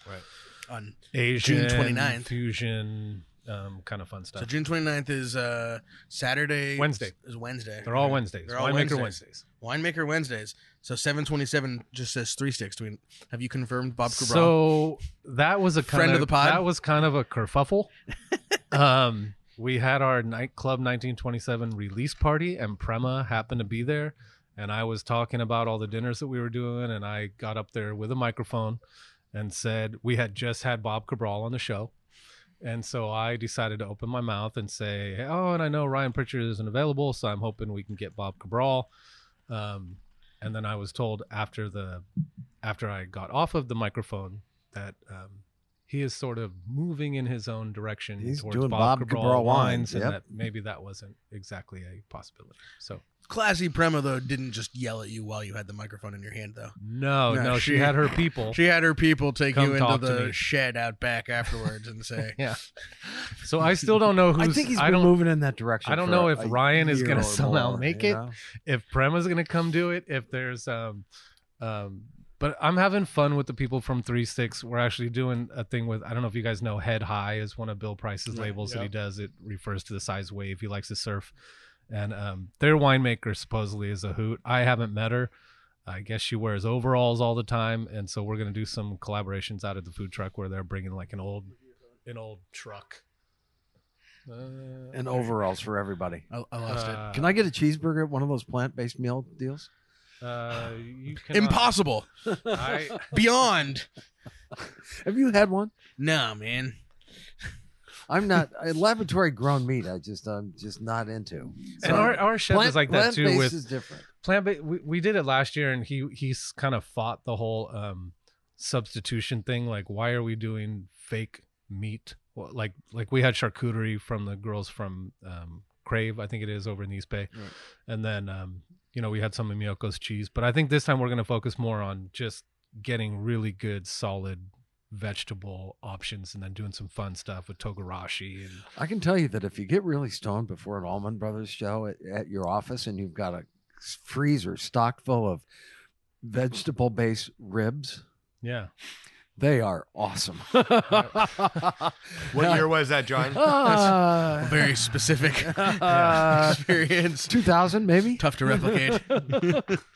on. asian 29th. fusion um, kind of fun stuff So June 29th is uh, Saturday. Wednesday. is Wednesday. they're all wednesdays They're all winemaker Wednesdays. wednesdays. Winemaker Wednesdays. So 727 just says three sticks. Do we, have you confirmed Bob Cabral? So that was a kind Friend of of, the pod? That was kind of a kerfuffle. um, we had our nightclub 1927 release party, and Prema happened to be there. And I was talking about all the dinners that we were doing, and I got up there with a microphone and said we had just had Bob Cabral on the show. And so I decided to open my mouth and say, "Oh, and I know Ryan Pritchard isn't available, so I'm hoping we can get Bob Cabral." Um, and then I was told after the after I got off of the microphone that um, he is sort of moving in his own direction He's towards doing Bob, Bob Cabral, Cabral wines, wines, and yep. that maybe that wasn't exactly a possibility. So Classy Prema, though, didn't just yell at you while you had the microphone in your hand, though. no, No, no, she, she- had her people. She had her people take Come you into talk to the me. shed out back afterwards and say, yeah. So I still don't know I who's. think he's I been don't. moving in that direction. I don't for know if a Ryan is year gonna or somehow more, make you it. know? if Prema's gonna come do it, if there's um um but I'm having fun with the people from Three Sticks. We're actually doing a thing with I don't know if you guys know Head High is one of Bill Price's Yeah, labels yeah. that he does. It refers to the size wave. He likes to surf. And um their winemaker supposedly is a hoot. I haven't met her. I guess she wears overalls all the time. And so we're gonna do some collaborations out at the food truck where they're bringing like an old an old truck. Uh, And overalls for everybody. I, I lost uh, Can I get a cheeseburger at one of those plant-based meal deals? Uh, you it. cannot- Impossible. I, Beyond. Have you had one? Nah, man. I'm not I- laboratory grown meat. I just I'm just not into. So- and our, our chef Plant- is like that too plant-based with is different. plant based we, we did it last year and he he's kind of fought the whole um substitution thing like why are we doing fake meat well, like like we had charcuterie from the girls from um crave i think it is over in the east bay Right. and then um you know, we had some of Miyoko's cheese, but I think this time we're going to focus more on just getting really good, solid vegetable options and then doing some fun stuff with togarashi and I can tell you that if you get really stoned before an Allman Brothers show at, at your office and you've got a freezer stocked full of vegetable based ribs, yeah. they are awesome. What year was that, John? Ah, Very specific Uh, experience. 2000 maybe? Tough to replicate.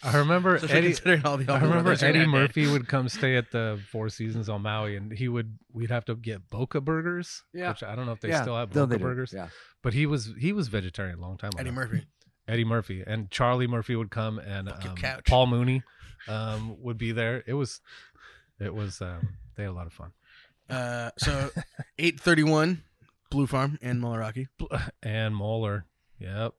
I remember Especially Eddie considering all the I other remember brothers Eddie around it. Murphy would come stay at the Four Seasons on Maui, and he would we'd have to get Boca burgers. Yeah. which I don't know if they Yeah, still have no, Boca they do. burgers. Yeah. But he was he was vegetarian a long time ago. Eddie Murphy. Eddie Murphy and Charlie Murphy would come, and Fuck your um, couch. Paul Mooney um, would be there. It was it was um, they had a lot of fun. Uh, so 831 Blue Farm and Malaraki. And Moeller, yep.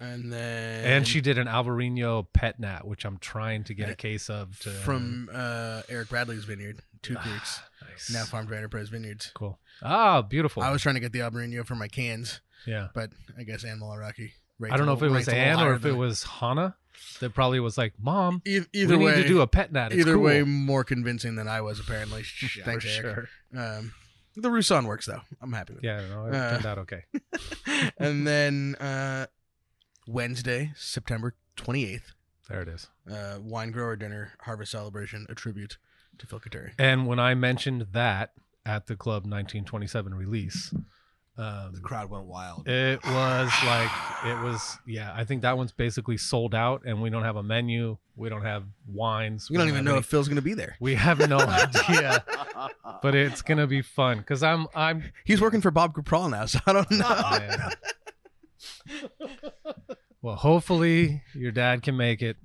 And then And, she did an Alvarino pet nat, which I'm trying to get a case of to from uh, Eric Bradley's vineyard, Two Creeks, Nice. now Farm to Enterprise Vineyards. cool. Ah, beautiful. I was trying to get the Albarino for my cans, yeah. but I guess Anne Malaraki. rates I don't know a if it little- was rates a little Anne higher or if it than- was Hannah that probably was like, "Mom, E- either we way. need to do a pet nat." It's either cool." way, more convincing than I was apparently. Shh, Yeah, Thanks, for Eric. sure. Um, the Roussan works though. I'm happy with it. Yeah, no, it Uh, turned out okay. and then uh, Wednesday, September 28th, There it is. uh, wine grower dinner, harvest celebration, a tribute to Phil Kateri. And when I mentioned that at the club 1927 release, the um, crowd went wild. it was like it was. Yeah, I think that one's basically sold out, and we don't have a menu. We don't have wines. We don't even have know any- if Phil's going to be there. we have no idea, but it's gonna be fun because I'm I'm He's working for Bob Capral now, so I don't know. Man. Oh, well, hopefully your dad can make it,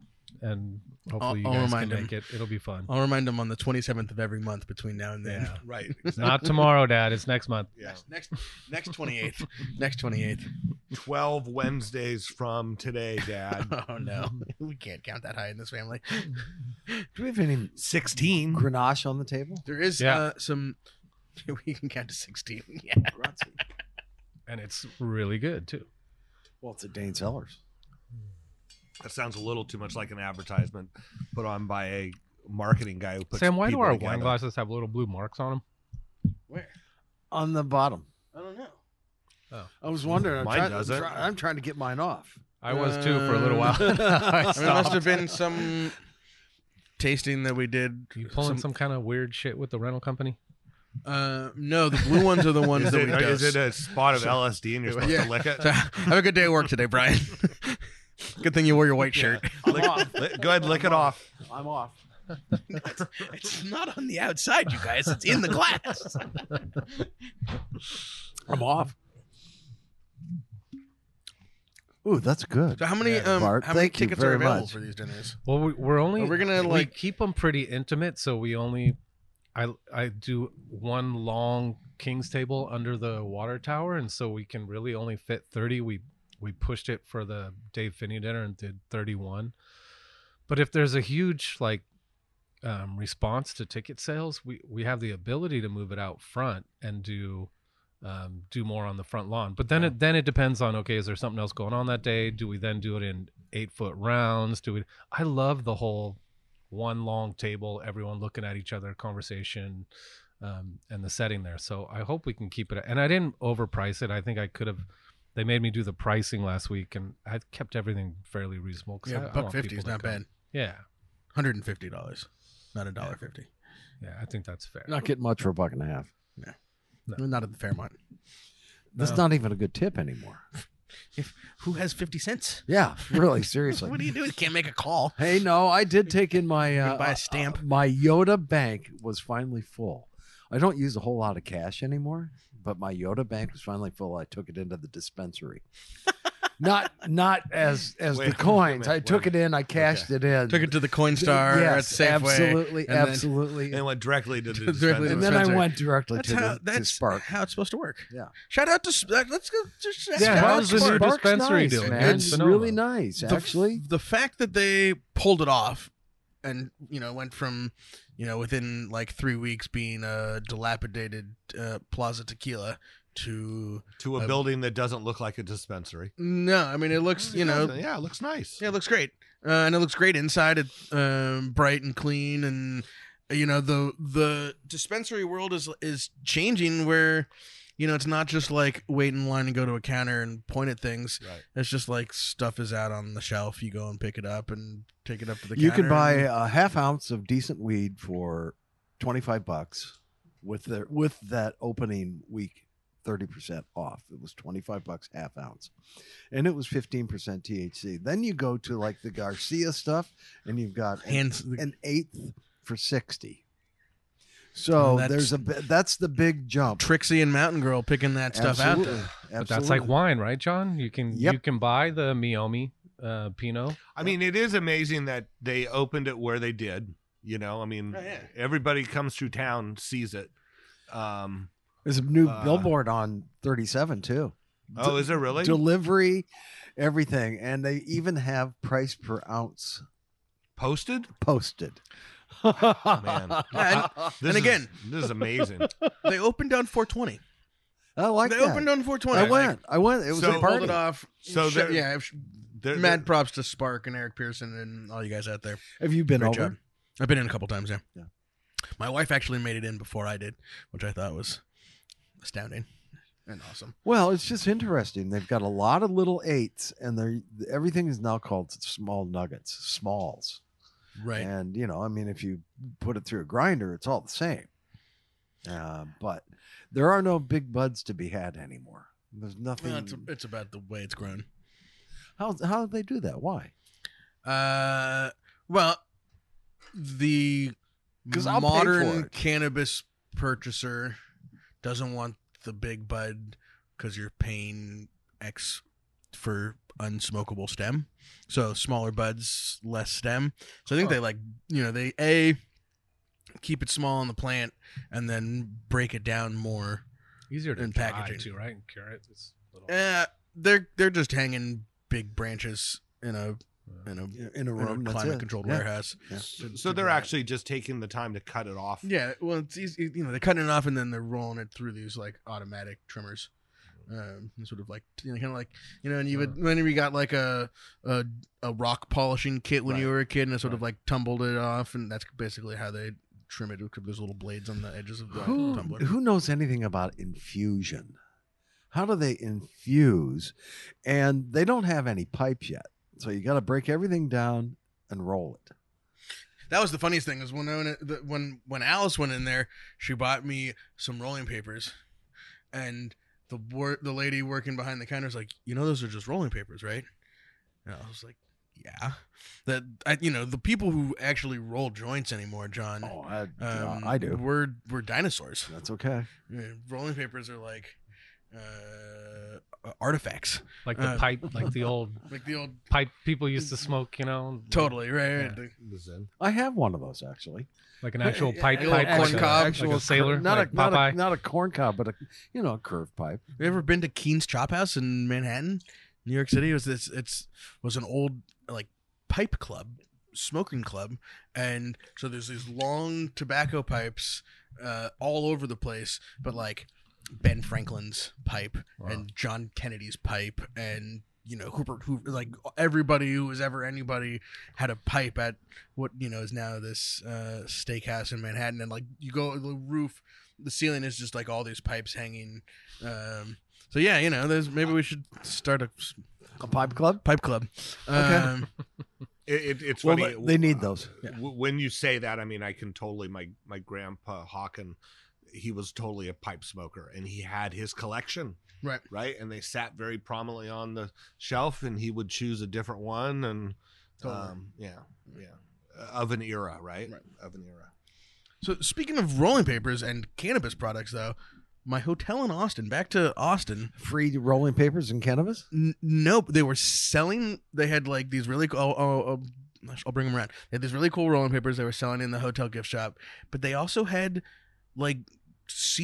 and hopefully I'll- I'll you guys remind can him. make it. It'll be fun. I'll remind him on the 27th of every month between now and then. Yeah. Right. It's not tomorrow, Dad. It's next month. Yeah. Next next 28th. Next 28th. 12 Wednesdays from today, Dad. Oh no. We can't count that high in this family. Do we have any 16. Grenache on the table? There is Yeah. uh, some we can count to 16. Yeah. and it's really good too. Well, it's a Dane Sellers. That sounds a little too much like an advertisement put on by a marketing guy who puts Sam, why do people our together. wine glasses have little blue marks on them? Where? On the bottom. I don't know. Oh. I was wondering. I'm, Mine trying, I'm, doesn't. try- I'm trying to get mine off. I was too for a little while. I Uh, I mean, it must stopped. have been some tasting that we did. You pulling some, kind of weird shit with the rental company? Uh, no, the blue ones are the ones Is that it, we dosed. is it a spot of LSD and you're supposed Yeah. to lick it? So, have a good day at work today, Brian. good thing you wore your white shirt. Lick- li- go ahead, lick it off. I'm off. It's not on the outside, you guys. It's in the glass. I'm off. Ooh, that's good. So how many Yeah. um Bart, how many thank you tickets are very available much. for these dinners? Well, we, we're only Are we gonna, we like- keep them pretty intimate, so we only I I do one long king's table under the water tower, and so we can really only fit thirty. We we pushed it for the Dave Finney dinner and did thirty one, but if there's a huge like um, response to ticket sales, we we have the ability to move it out front and do. Um, do more on the front lawn, but then it then it depends on okay, is there something else going on that day? Do we then do it in eight foot rounds? Do we I love the whole one long table, everyone looking at each other, conversation, um, and the setting there. So I hope we can keep it. And I didn't overprice it. I think I could have. They made me do the pricing last week, and I kept everything fairly reasonable. 'cause I- Yeah, I buck want fifty people is to not come. bad. Yeah, Hundred and fifty dollars, not a dollar fifty. yeah, I think that's fair. Not getting much for a buck and a half. Well, Not at the Fairmont. That's not even a good tip anymore. Who has fifty cents? Yeah, really, seriously. What do you do? You can't make a call. Hey, no, I did take in my can uh, buy a stamp. uh, my Yoda bank was finally full. I don't use a whole lot of cash anymore, but my Yoda bank was finally full. I took it into the dispensary. not not as as Wait, the coins. wait, I took wait. it in. I cashed it in. Took it to the Coinstar Yes, or at Safeway. absolutely, and then- absolutely. And went directly to the Directly to dispensary. and then I Spencer. went directly That's to, how the, to that's Spark. how it's supposed to work. Yeah. Shout out to Sp- let's go. Just, that's Yeah, Spark. how's the new Spark. Spark's dispensary nice, doing? Man. It's It's phenomenal. really nice, The f- actually. the, fact that they pulled it off and you know went from you know within like three weeks being a dilapidated uh, Plaza Tequila to to a Um, building that doesn't look like a dispensary. no, I mean it looks you know yeah, it looks nice. yeah, it looks great, uh, and it looks great inside. It's um, bright and clean, and you know the the dispensary world is is changing. Where you know it's not just like wait in line and go to a counter and point at things. Right. It's just like stuff is out on the shelf. You go and pick it up and take it up to the. you can counter buy and- a half ounce of decent weed for 25 bucks with their with that opening week 30% off it was 25 bucks half ounce and it was 15% thc then you go to like the garcia stuff and you've got an, hands. an eighth for 60 so That's- there's a bi- that's the big jump Trixie and Mountain Girl picking that stuff out. Absolutely. There. But that's like Absolutely. wine, right, John? You can Yep. you can buy the Miomi uh, Pinot. I mean, it is amazing that they opened it where they did. You know, I mean, Oh, yeah. everybody comes through town sees it. Um, there's a new uh, billboard on 37 too oh, is there really? delivery, everything, and they even have price per ounce Posted? posted. Man. I This And is- again- this is amazing. They opened on 420. like they that. opened on 420. I Like, went. I went. It was So- a they pulled party. it off. So Sh- there- yeah, sh- There- mad props to Spark and Eric Pearson and all you guys out there. Have you been Great over? job. I've been in a couple times, yeah. Yeah. My wife actually made it in before I did, which I thought was astounding and awesome. Well, it's just interesting. They've got a lot of little eights, and they're everything is now called small nuggets, smalls. Right. And you know, I mean, if you put it through a grinder, it's all the same. Uh, but there are no big buds to be had anymore. There's nothing. Well, it's, it's about the way it's grown. how how did they do that? Why? Uh, well, the 'Cause I'll pay for modern it. cannabis purchaser doesn't want the big bud because you're paying X for unsmokable stem. So smaller buds, less stem. So I think Huh. they like, you know, they A, keep it small on the plant and then break it down more. Easier to And dry, packaging. too, right? And cure it. It's a little- Uh, they're they're just hanging big branches in a in a, In a room, that's climate it. controlled Yeah. warehouse. so they're actually just taking the time to cut it off. Yeah, well, it's easy. You know, they're cutting it off and then they're rolling it through these like automatic trimmers. Um, sort of like you know, kind of like you know, and you Uh. would whenever you got like a a, a rock polishing kit when you Right. were a kid, and it sort of like tumbled it off, and that's basically how they trim it. Because there's little blades on the edges of the who, tumbler. who knows anything about infusion? How do they infuse? And they don't have any pipes yet. So you got to break everything down and roll it. That was the funniest thing is when I went, the- when when Alice went in there, she bought me some rolling papers, and the wor- the lady working behind the counter was like, you know, those are just rolling papers, right? And I was like, yeah. That I, you know, the people who actually roll joints anymore, John. I, um, Oh, I do. We're we're dinosaurs. That's okay. Uh, Rolling papers are like uh, artifacts, like the uh, pipe, like the old like the old pipe people used to smoke. You know, totally right. right, Yeah. the- I have one of those actually. like an actual pipe, Yeah, pipe, Eh, corn like, a- cob. like a sailor, not like a not Popeye. a not a corn cob, but a you know a curved pipe. Have you ever been to Keen's Chop House in Manhattan, New York City? It was this? It's was an old like pipe club, smoking club, and so there's these long tobacco pipes uh, all over the place, but like Ben Franklin's pipe and John Kennedy's pipe and you know Hooper Hoover, like everybody who was ever anybody had a pipe at what you know is now this uh, steakhouse in Manhattan, and like you go the roof, the ceiling is just like all these pipes hanging. Um, so yeah, you know, there's maybe we should start a s- A pipe club. pipe club. Okay. Um, It, it, it's Well, funny. they, they need those. Yeah. W- When you say that, I mean, I can totally. My my grandpa Hawken, he was totally a pipe smoker, and he had his collection. Right. right, and they sat very prominently on the shelf, and he would choose a different one, and Totally. um, yeah, yeah, Uh, of an era, right? Right. Of an era. So speaking of rolling papers and cannabis products, though, my hotel in Austin, back to Austin. Free rolling papers and cannabis. N- nope, they were selling. They had like these really cool. Oh, oh, oh, I'll bring them around. They had these really cool rolling papers they were selling in the hotel gift shop, but they also had like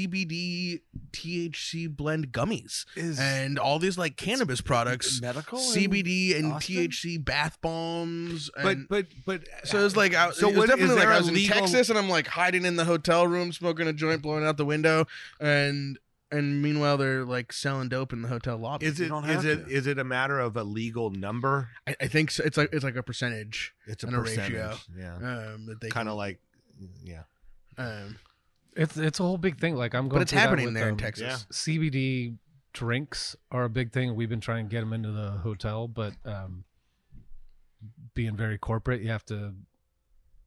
CBD THC blend gummies Is and all these like cannabis products, medical in CBD and Austin? THC bath bombs. but And but but so it was like I, So so it was what- is definitely like there I a was legal- in Texas and I'm like hiding in the hotel room, smoking a joint, blowing out the window, and and meanwhile they're like selling dope in the hotel lobby. is You it don't is have it to. is it a matter of a legal number? I, I think so. it's like it's like a percentage It's a And a percentage. ratio. Yeah, um, that they kind kind of like yeah. um, It's it's a whole big thing. Like I'm going. but it's through that happening with, there in um, Texas. yeah. CBD drinks are a big thing. We've been trying to get them into the hotel, but um, being very corporate, you have to,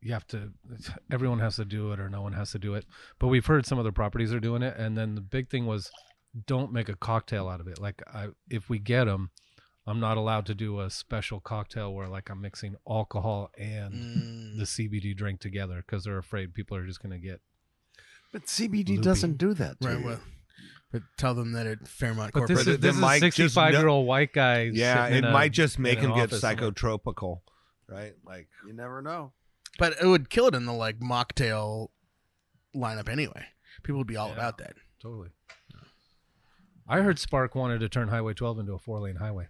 you have to, everyone has to do it or no one has to do it. But we've heard some other properties are doing it, and then the big thing was, don't make a cocktail out of it. Like I, if we get them, I'm not allowed to do a special cocktail where like I'm mixing alcohol and Mm. the CBD drink together because they're afraid people are just going to get. But CBD Loopy. doesn't do that. To Right. you. Well, but tell them that at Fairmont But this Corporate. Corporate. is, this Then is Mike a just 65 year kno- old white guy. Yeah, sitting it in a- might just make in him an get office somewhere. psychotropical, right? Like you never know. but it would kill it in the like mocktail lineup anyway. People would be all Yeah. about that. Totally. I heard Spark wanted to turn Highway 12 into a four lane highway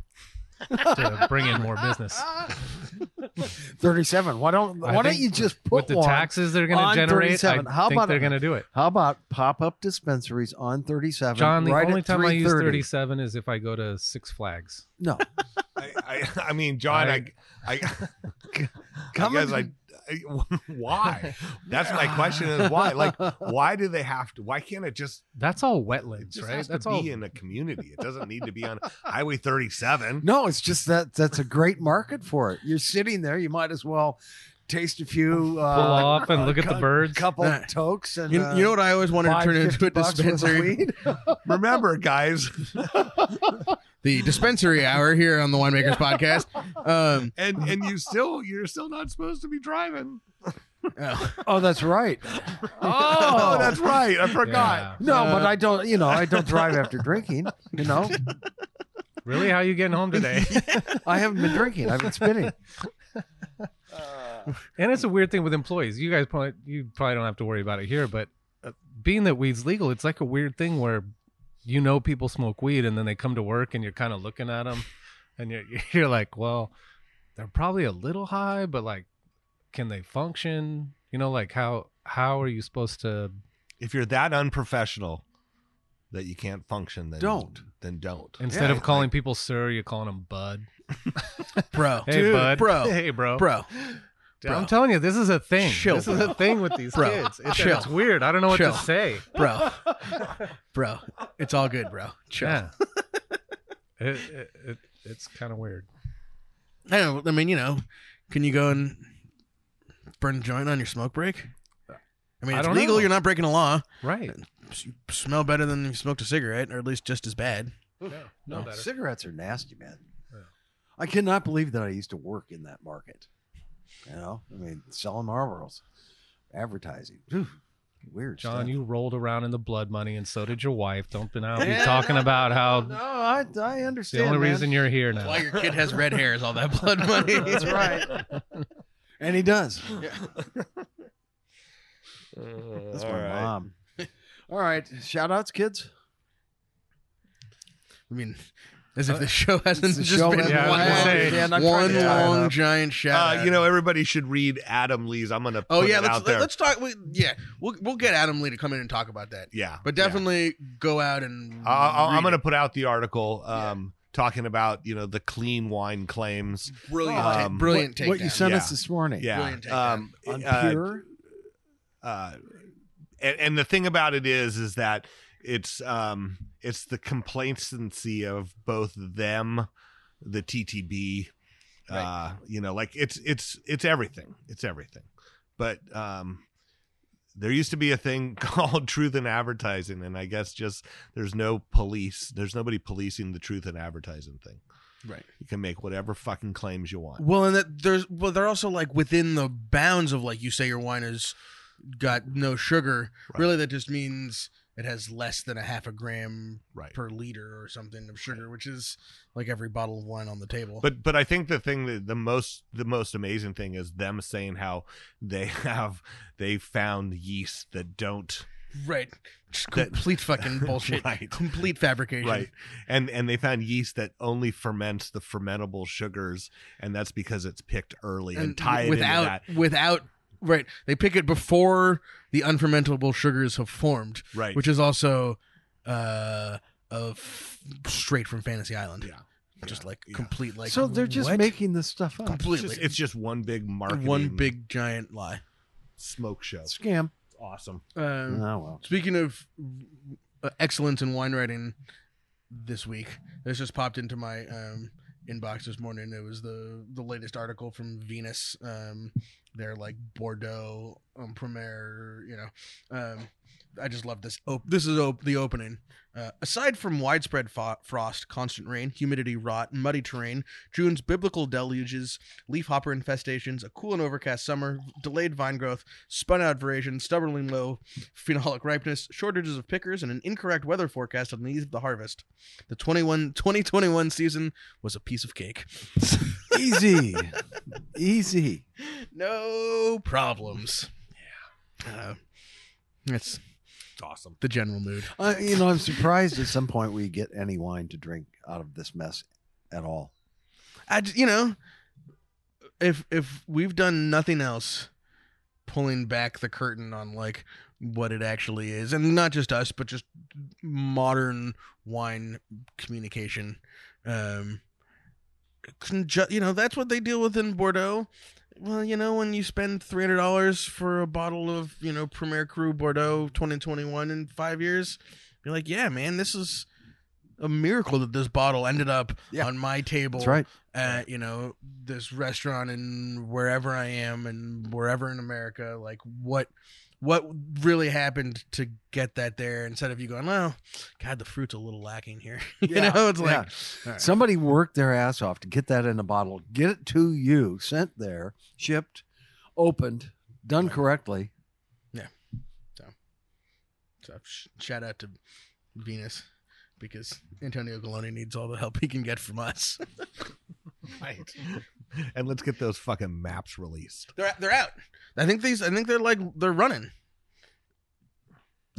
to bring in more business. Thirty-seven. Why don't I Why don't think you just put With the one- taxes they're going on to generate, I 37. How think about they're it? going to do it. How about pop-up dispensaries on thirty-seven? John, the right only at time I use 3:30? 37 is if I go to Six Flags. No, I, I, I mean, John, I, I, I, Come guess I, and- I- why? That's my question is why? Like, why do they have to? Why can't it just, That's all it wetlands, just right? has That's to be all. in a community? It doesn't need to be on Highway 37. no, it's just that that's a great market for it. You're sitting there, you might as well taste a few. pull Uh, off and a look at the cou- birds. Couple Nah. tokes and You, uh, you know what I always wanted to five, turn into a 50 bucks worth of dispensary? weed? Remember, guys, The dispensary hour here on the Winemakers podcast. Um, and and you still you're still not supposed to be driving. oh, Oh, that's right. Oh, that's right. I forgot. Yeah. No, but Uh, I don't. You know, I don't drive after drinking. You know, Really? How you getting home today? I haven't been drinking. I've been spitting. And it's a weird thing with employees. You guys probably you probably don't have to worry about it here, but uh, being that weed's legal, it's like a weird thing where you know people smoke weed and then they come to work and you're kind of looking at them and you're you're like, well, they're probably a little high, but like, can they function? You know, like how how are you supposed to? If you're that unprofessional that you can't function, then Don't. Then don't. Instead Yeah, of calling people sir, you're calling them bud. bro, Hey, bud. bro, Hey, bro. bro, Dude, I'm bro. telling you, this is a thing. Chill, this is a bro. thing with these Bro, kids. It's, chill. it's weird. I don't know what Chill. to say. bro, bro. It's all good, bro. Chill. Yeah. it, it, it, it's kind of weird. I, don't- I mean, you know, can you go and burn a joint on your smoke break? I mean, I it's don't legal. know. You're not breaking the law. Right. You smell better than you smoked a cigarette, or at least just as bad. No, no better. Cigarettes are nasty, man. Yeah. I cannot believe that I used to work in that market. You know, I mean, selling Marlboros, advertising. Whew, weird. John, stuff. you rolled around in the blood money, and so did your wife. Don't be now be Yeah, talking no, about how No, I, I it's the understand. only man. reason you're here now. Why your kid has red hair is all that blood money. That's right. and he does. That's my mom. All right. Shout outs, kids. I mean, as if the show hasn't the just show been hasn't Yeah, I was one, long- gonna say, Dan, I'm trying one to tie it long up. giant shout. Uh, out. you know, everybody should read Adam Lee's. I'm gonna. Put Oh yeah, it let's out there. let's talk. We, yeah, we'll we'll get Adam Lee to come in and talk about that. yeah, But yeah. definitely go out and. I- I, read I'm gonna it. put out the article um, talking about you know the clean wine claims. brilliant, Oh, ta- um, brilliant what, take. what you sent Yeah. us this morning. Yeah, Brilliant takedown. um, On uh, pure. uh, and, and the thing about it is, is that it's um, it's the complacency of both them, the TTB, uh, you know, like it's it's it's everything, it's everything. But um, there used to be a thing called truth in advertising, and I guess just there's no police, there's nobody policing the truth in advertising thing. Right. You can make whatever fucking claims you want. Well, and that there's well, they're also like within the bounds of like you say your wine is got no sugar. Right. Really, that just means it has less than a half a gram Right. per liter or something of sugar, which is like every bottle of wine on the table. But but I think the thing that the most the most amazing thing is them saying how they have they found yeast that don't right. Just That- complete fucking bullshit. Right. Complete fabrication. Right. And and they found yeast that only ferments the fermentable sugars, and that's because it's picked early and, tie it without into that. without right. They pick it before the unfermentable sugars have formed, Right. which is also uh of straight from Fantasy Island. Yeah. Just like Yeah. complete like so they're just what? making this stuff up. it's completely just, it's just one big marketing one big giant lie. smoke show. Scam. It's awesome. Oh Um, well. Speaking of uh, excellence in wine writing this week, this just popped into my um, inbox this morning. It was the the latest article from Venus, um, their like Bordeaux um, premier. You know, um, I just love this. Op- this is op- the opening. Uh, aside from widespread fo- frost, constant rain, humidity, rot, muddy terrain, June's biblical deluges, leafhopper infestations, a cool and overcast summer, delayed vine growth, spun out variation, stubbornly low phenolic ripeness, shortages of pickers, and an incorrect weather forecast on the eve of the harvest. The 21, 2021 season was a piece of cake. Easy. Easy. no problems. Yeah. Uh, that's It's awesome. the general mood. Uh, you know, I'm surprised at some point we get any wine to drink out of this mess at all. I, j- you know, if if we've done nothing else, pulling back the curtain on like what it actually is, and not just us, but just modern wine communication. Um, can ju- you know that's what they deal with in Bordeaux. Well, you know when you spend three hundred dollars for a bottle of you know Premier Cru Bordeaux twenty twenty one in five years, you're like, yeah, man, this is a miracle that this bottle ended up Yeah. on my table That's right. at you know this restaurant and wherever I am and wherever in America, like what what really happened to get that there instead of you going, oh, God, the fruit's a little lacking here. you Yeah, know, it's like all right. Somebody worked their ass off to get that in a bottle, get it to you, sent there, shipped, opened, done Right. correctly. so, sh- shout out to Venus because Antonio Galone needs all the help he can get from us. Right. and let's get those fucking maps released. they're they're out. I think these. I think they're like they're running.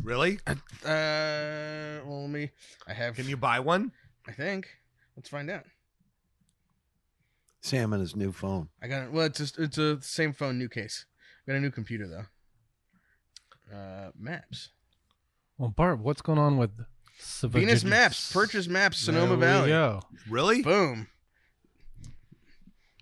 Really? Uh, well, let me. I have. Can you buy one? I think. Let's find out. Sam and his new phone. I got it. Well, it's just it's a same phone, new case. I got a new computer though. Uh, maps. Well, Bart, what's going on with Savage- Venus Maps. Purchase Maps. Sonoma There we Valley. go. Really? Boom.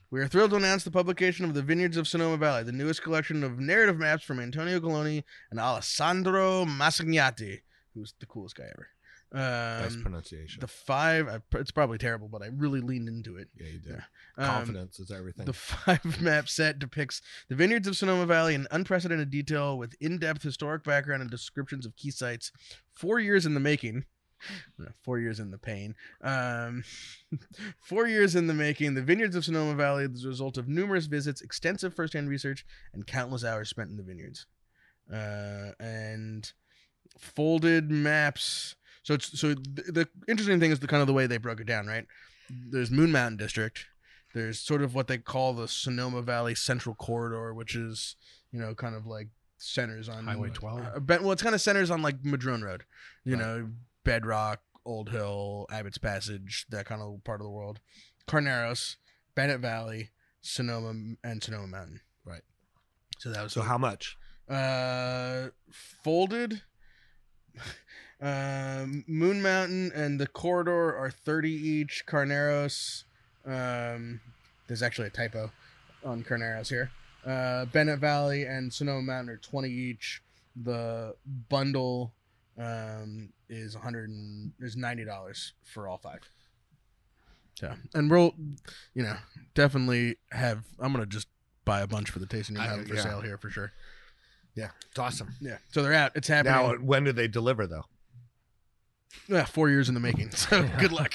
We are thrilled to announce the publication of the Vineyards of Sonoma Valley, the newest collection of narrative maps from Antonio Coloni and Alessandro Massagnati, who's the coolest guy ever. Nice Um, pronunciation. the five. I, it's probably terrible, but I really leaned into it. yeah, you did. Yeah. Um, Confidence is everything. The five map set depicts the vineyards of Sonoma Valley in unprecedented detail with in depth historic background and descriptions of key sites. Four years in the making. Uh, Four years in the pain. Um, four years in the making, the vineyards of Sonoma Valley is the result of numerous visits, extensive firsthand research, and countless hours spent in the vineyards. Uh, and folded maps. So it's so th- the interesting thing is the kind of the way they broke it down, right? There's Moon Mountain District, there's sort of what they call the Sonoma Valley Central Corridor, which is you know kind of like centers on Highway 12? Uh, Ben- well, it's kind of centers on like Madrone Road, you know, Bedrock, Old Hill, Abbott's Passage, that kind of part of the world. Carneros, Bennett Valley, Sonoma, and Sonoma Mountain. Right. So that was so the- how much? uh, folded. Um, Moon Mountain and the corridor are thirty each. Carneros, um, there's actually a typo on Carneros here. Uh, Bennett Valley and Sonoma Mountain are twenty each. The bundle um, is one hundred and is ninety dollars for all five. So, and we'll, you know, definitely have. I'm gonna just buy a bunch for the tasting room I- have it for yeah. sale here for sure. Yeah, it's awesome. Yeah. So they're out. It's happening. Now, when do they deliver though? Yeah, four years in the making. So good luck.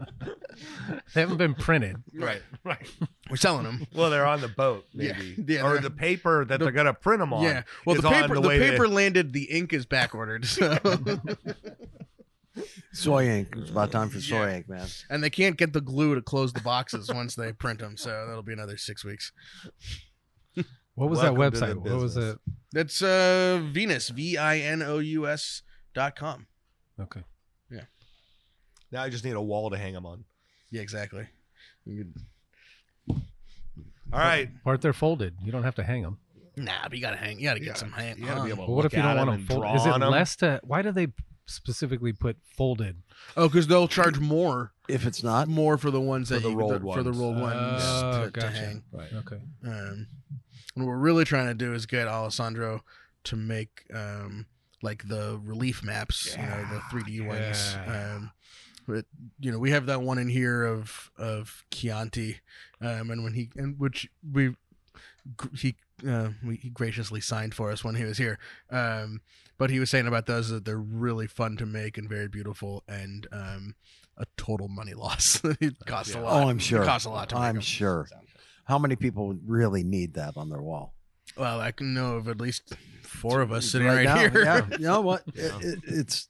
they haven't been printed. Right, right. We're selling them. Well, they're on the boat, Yeah, maybe, yeah, or they're- the paper that the- they're gonna print them on. Yeah. Well, It's the on paper the the, way to- paper landed. The ink is back ordered. So Soy ink. It's about time for soy Yeah. ink, man. and they can't get the glue to close the boxes once they print them. So that'll be another six weeks. What was Welcome to that the website? What was business. it? That's uh Venus V I N O U S dot com. Okay. Now I just need a wall to hang them on. Yeah, exactly. You could- All right. Part they're folded. You don't have to hang them. Nah, but you gotta hang. You gotta get Yeah, some hang. You gotta be on. able to But what look if you at don't 'em want and them folded? draw Is it on 'em. less to? Why do they specifically put folded? Oh, because they'll charge more, If it's not, more for the ones For that the you rolled for the ones. rolled ones Oh, to, to gotcha. hang. Right. Okay. Um, what we're really trying to do is get Alessandro to make um, like the relief maps, you know, the three D ones. yeah. Um, but you know, we have that one in here of of Chianti, um, and when he and which we gr- he. Uh, we, he graciously signed for us when he was here, um, but he was saying about those that they're really fun to make and very beautiful and um, a total money loss. it costs a Yeah. lot. oh, I'm sure. It costs a lot to make I'm 'em. sure. So- How many people really need that on their wall? Well, I can know of at least four of us Uh, sitting Right right, now, here. Yeah. You know what? It- Yeah. it- it's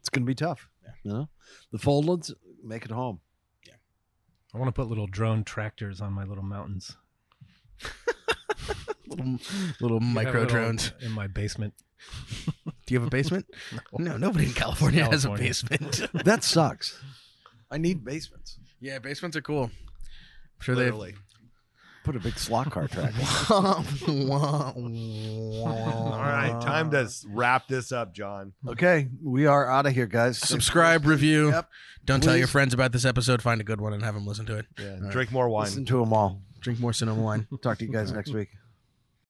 it's going to be tough. You know, the foldeds make it home. I want to put little drone tractors on my little mountains. little little I have micro little drones. in my basement. Do you have a basement? no, nobody in California, California. has a basement. That sucks. I need basements. yeah, basements are cool. I'm sure they. Literally. Put a big slot car track. All All right. Time to s- wrap this up, John. okay, we are out of here, guys. subscribe, review. Yep. Don't tell your Please. friends about this episode. Find a good one and have them listen to it. Yeah. right. Drink more wine. Listen to them all. Drink more Sonoma wine. Talk to you guys next week.